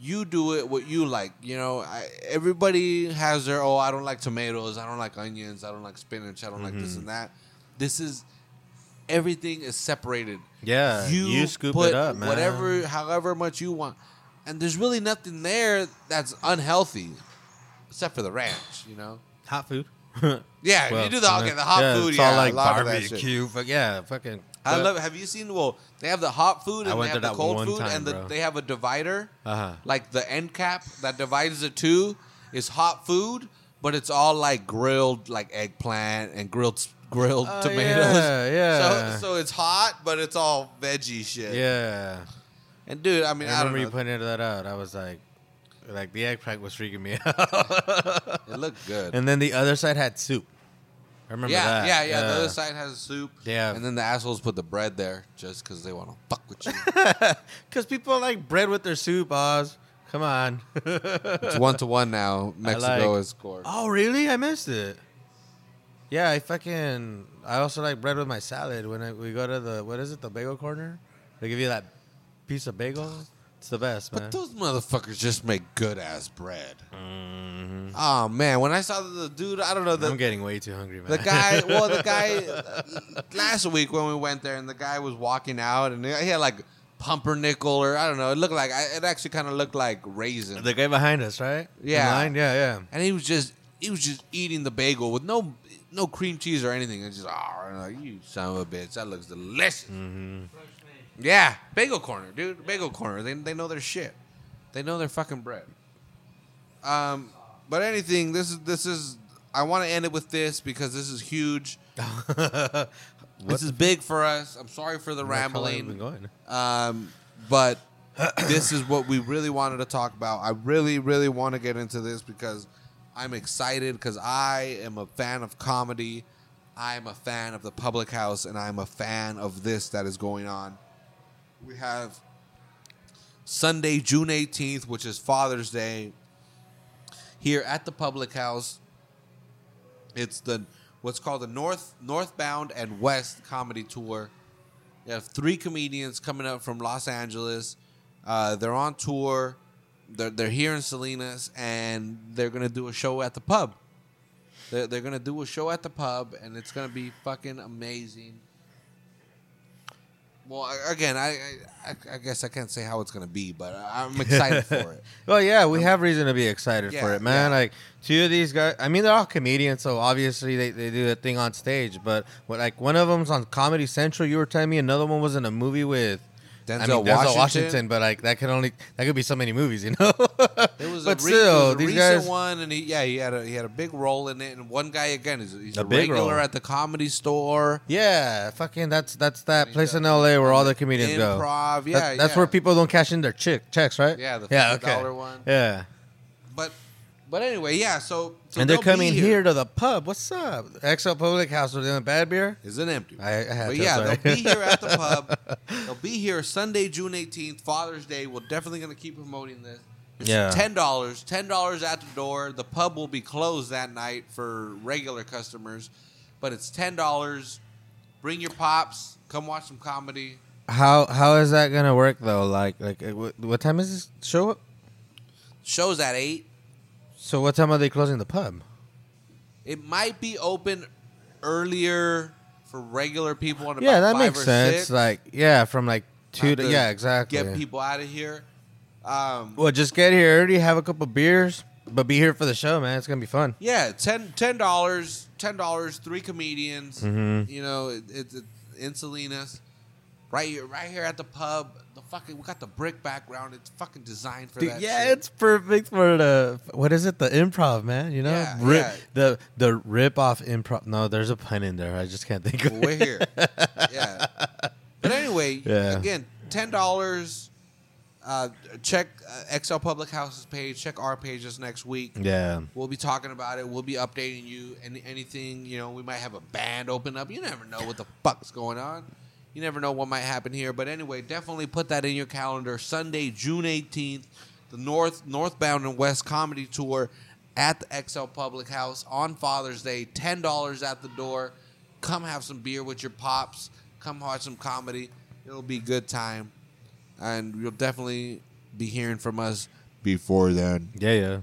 S2: you do it what you like. You know, I, everybody has their oh I don't like tomatoes, I don't like onions, I don't like spinach, I don't like
S1: Mm-hmm.
S2: this and that. This is everything is separated.
S1: Yeah,
S2: you,
S1: you scoop
S2: put
S1: it up, man.
S2: Whatever, however much you want, and there's really nothing there that's unhealthy, except for the ranch. You know.
S1: Hot food.
S2: Yeah,
S1: Well, uh,
S2: you do the okay, the hot
S1: yeah,
S2: food.
S1: It's
S2: yeah,
S1: all like
S2: a lot of that shit.
S1: barbecue. Fuck yeah, fucking.
S2: I love. Have you seen? Well, they have the hot food
S1: I
S2: and they
S1: went
S2: have
S1: there
S2: the
S1: that
S2: cold
S1: one
S2: food,
S1: time,
S2: and the,
S1: bro.
S2: they have a divider,
S1: Uh-huh.
S2: like the end cap that divides the two. Is hot food, but it's all like grilled, like eggplant and grilled s- grilled
S1: Oh,
S2: tomatoes.
S1: yeah, yeah.
S2: So, so it's hot, but it's all veggie shit.
S1: Yeah,
S2: And dude, I mean,
S1: I
S2: I, don't
S1: remember you
S2: know.
S1: pointed that out. I was like, like the eggplant was freaking me out.
S2: it looked good.
S1: and then the other side had soup. I remember
S2: Yeah,
S1: that.
S2: yeah, yeah, The other side has soup.
S1: Yeah.
S2: And then the assholes put the bread there just because they want to fuck with you.
S1: Because people like bread with their soup, Oz. Come on.
S2: it's one to one now. Mexico
S1: like-
S2: has scored.
S1: oh, really? I missed it. Yeah, I fucking. I also like bread with my salad. When I, we go to the what is it, the bagel corner? They give you that piece of bagel. It's the best, man.
S2: But those motherfuckers just make good ass bread. Oh man, when I saw the dude, I don't know the
S1: I'm getting way too hungry, man.
S2: the guy. Well, the guy last week when we went there, and the guy was walking out, and he had like pumpernickel or I don't know. It looked like it actually kind of looked like raisin.
S1: the guy behind us, right? The
S2: Yeah.
S1: line? yeah, yeah.
S2: and he was just he was just eating the bagel with no no cream cheese or anything. It's just oh, like, you son of a bitch, that looks delicious. Yeah, bagel corner, dude, bagel corner. They they know their shit. They know their fucking bread. Um, but anything. This is this is. I want to end it with this because this is huge. this is big for us. I'm sorry for the rambling.
S1: Been going.
S2: Um, but this is what we really wanted to talk about. I really, really want to get into this because I'm excited because I am a fan of comedy. I'm a fan of the public house and I'm a fan of this that is going on. We have Sunday, June 18th, which is Father's Day, here at the public house. It's the what's called the North Northbound and West Comedy Tour. You have three comedians coming up from Los Angeles. Uh, they're on tour. They're, they're here in Salinas, and they're gonna do a show at the pub. They're, they're gonna do a show at the pub, and it's gonna be fucking amazing. Well, I- again, I, I I guess I can't say how it's gonna be, but I'm excited for it.
S1: Well, yeah, we have reason to be excited for
S2: Yeah,
S1: it, man.
S2: yeah.
S1: Like two of these guys. I mean, they're all comedians, so obviously they, they do a thing on stage. But what, like one of them's on Comedy Central. You were telling me another one was in a movie with. I
S2: Denzel
S1: mean,
S2: Washington.
S1: but like that could only that could be so many movies, you know.
S2: There was
S1: but
S2: a, re-
S1: still,
S2: there was a
S1: these
S2: recent
S1: guys.
S2: one, and he, yeah, he had a he had a big role in it. And one guy again, he's, he's a,
S1: A big
S2: regular
S1: role.
S2: at the comedy store.
S1: Yeah, fucking that's that's that
S2: he
S1: place
S2: does
S1: in LA where all the comedians go.
S2: Improv,
S1: That-
S2: yeah,
S1: that's
S2: yeah.
S1: where people don't cash in their chick checks, right?
S2: Yeah, the
S1: yeah,
S2: $50
S1: okay.
S2: one.
S1: Yeah,
S2: But but anyway, yeah. So, so
S1: and they're
S2: they'll be
S1: coming here. to the pub. What's up? XL Public House with them bad beer.
S2: Is it empty?
S1: I, I had
S2: but
S1: to,
S2: yeah,
S1: sorry.
S2: they'll be here at the pub. They'll be here Sunday, June eighteenth, Father's Day. We're definitely gonna keep promoting this. It's
S1: Yeah.
S2: ten dollars, ten dollars at the door. The pub will be closed that night for regular customers, but it's ten dollars. Bring your pops. Come watch some comedy.
S1: How how is that gonna work though? Like like uh, what, what time is this show?
S2: Show's at eight.
S1: So what time are they closing the pub?
S2: It might be open earlier for regular people. In about
S1: Yeah, that
S2: five
S1: makes
S2: or
S1: sense.
S2: six.
S1: Like yeah, from like two
S2: Not
S1: to,
S2: to
S1: yeah exactly.
S2: Get people out of here. Um,
S1: Well, just get here early, have a couple beers, but be here for the show, man. It's gonna be fun.
S2: Yeah, ten ten dollars, ten dollars, three comedians.
S1: Mm-hmm.
S2: You know, it- it's it, in Salinas, right here, right here at the pub. The fucking we got the brick background. It's fucking designed for
S1: Dude,
S2: that.
S1: yeah,
S2: shit.
S1: it's perfect for the what is it? The improv, man. You know,
S2: Yeah,
S1: rip
S2: yeah.
S1: the the rip off improv. No, there's a pun in there. I just can't think of
S2: Well,
S1: it.
S2: we're here. yeah. But anyway,
S1: Yeah.
S2: again, ten dollars. Uh, check uh, XL Public House's page. Check our pages next week.
S1: Yeah,
S2: We'll be talking about it. We'll be updating you and anything, you know, we might have a band open up. You never know what the fuck's going on. You never know what might happen here. But anyway, definitely put that in your calendar. Sunday, June 18th, the North Northbound and West Comedy Tour at the XL Public House on Father's Day. $10 at the door. Come have some beer with your pops. Come watch some comedy. It'll be a good time. And you'll definitely be hearing from us before then.
S1: yeah, yeah. Then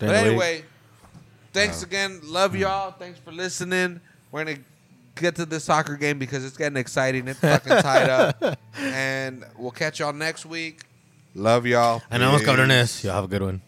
S2: But
S1: wait.
S2: anyway, thanks again. Love y'all. Thanks for listening. We're gonna get to the soccer game because it's getting exciting. It's fucking tied up. And we'll catch y'all next week. Love y'all.
S1: and vamos
S2: Peace.
S1: cabrones. Y'all have a good one.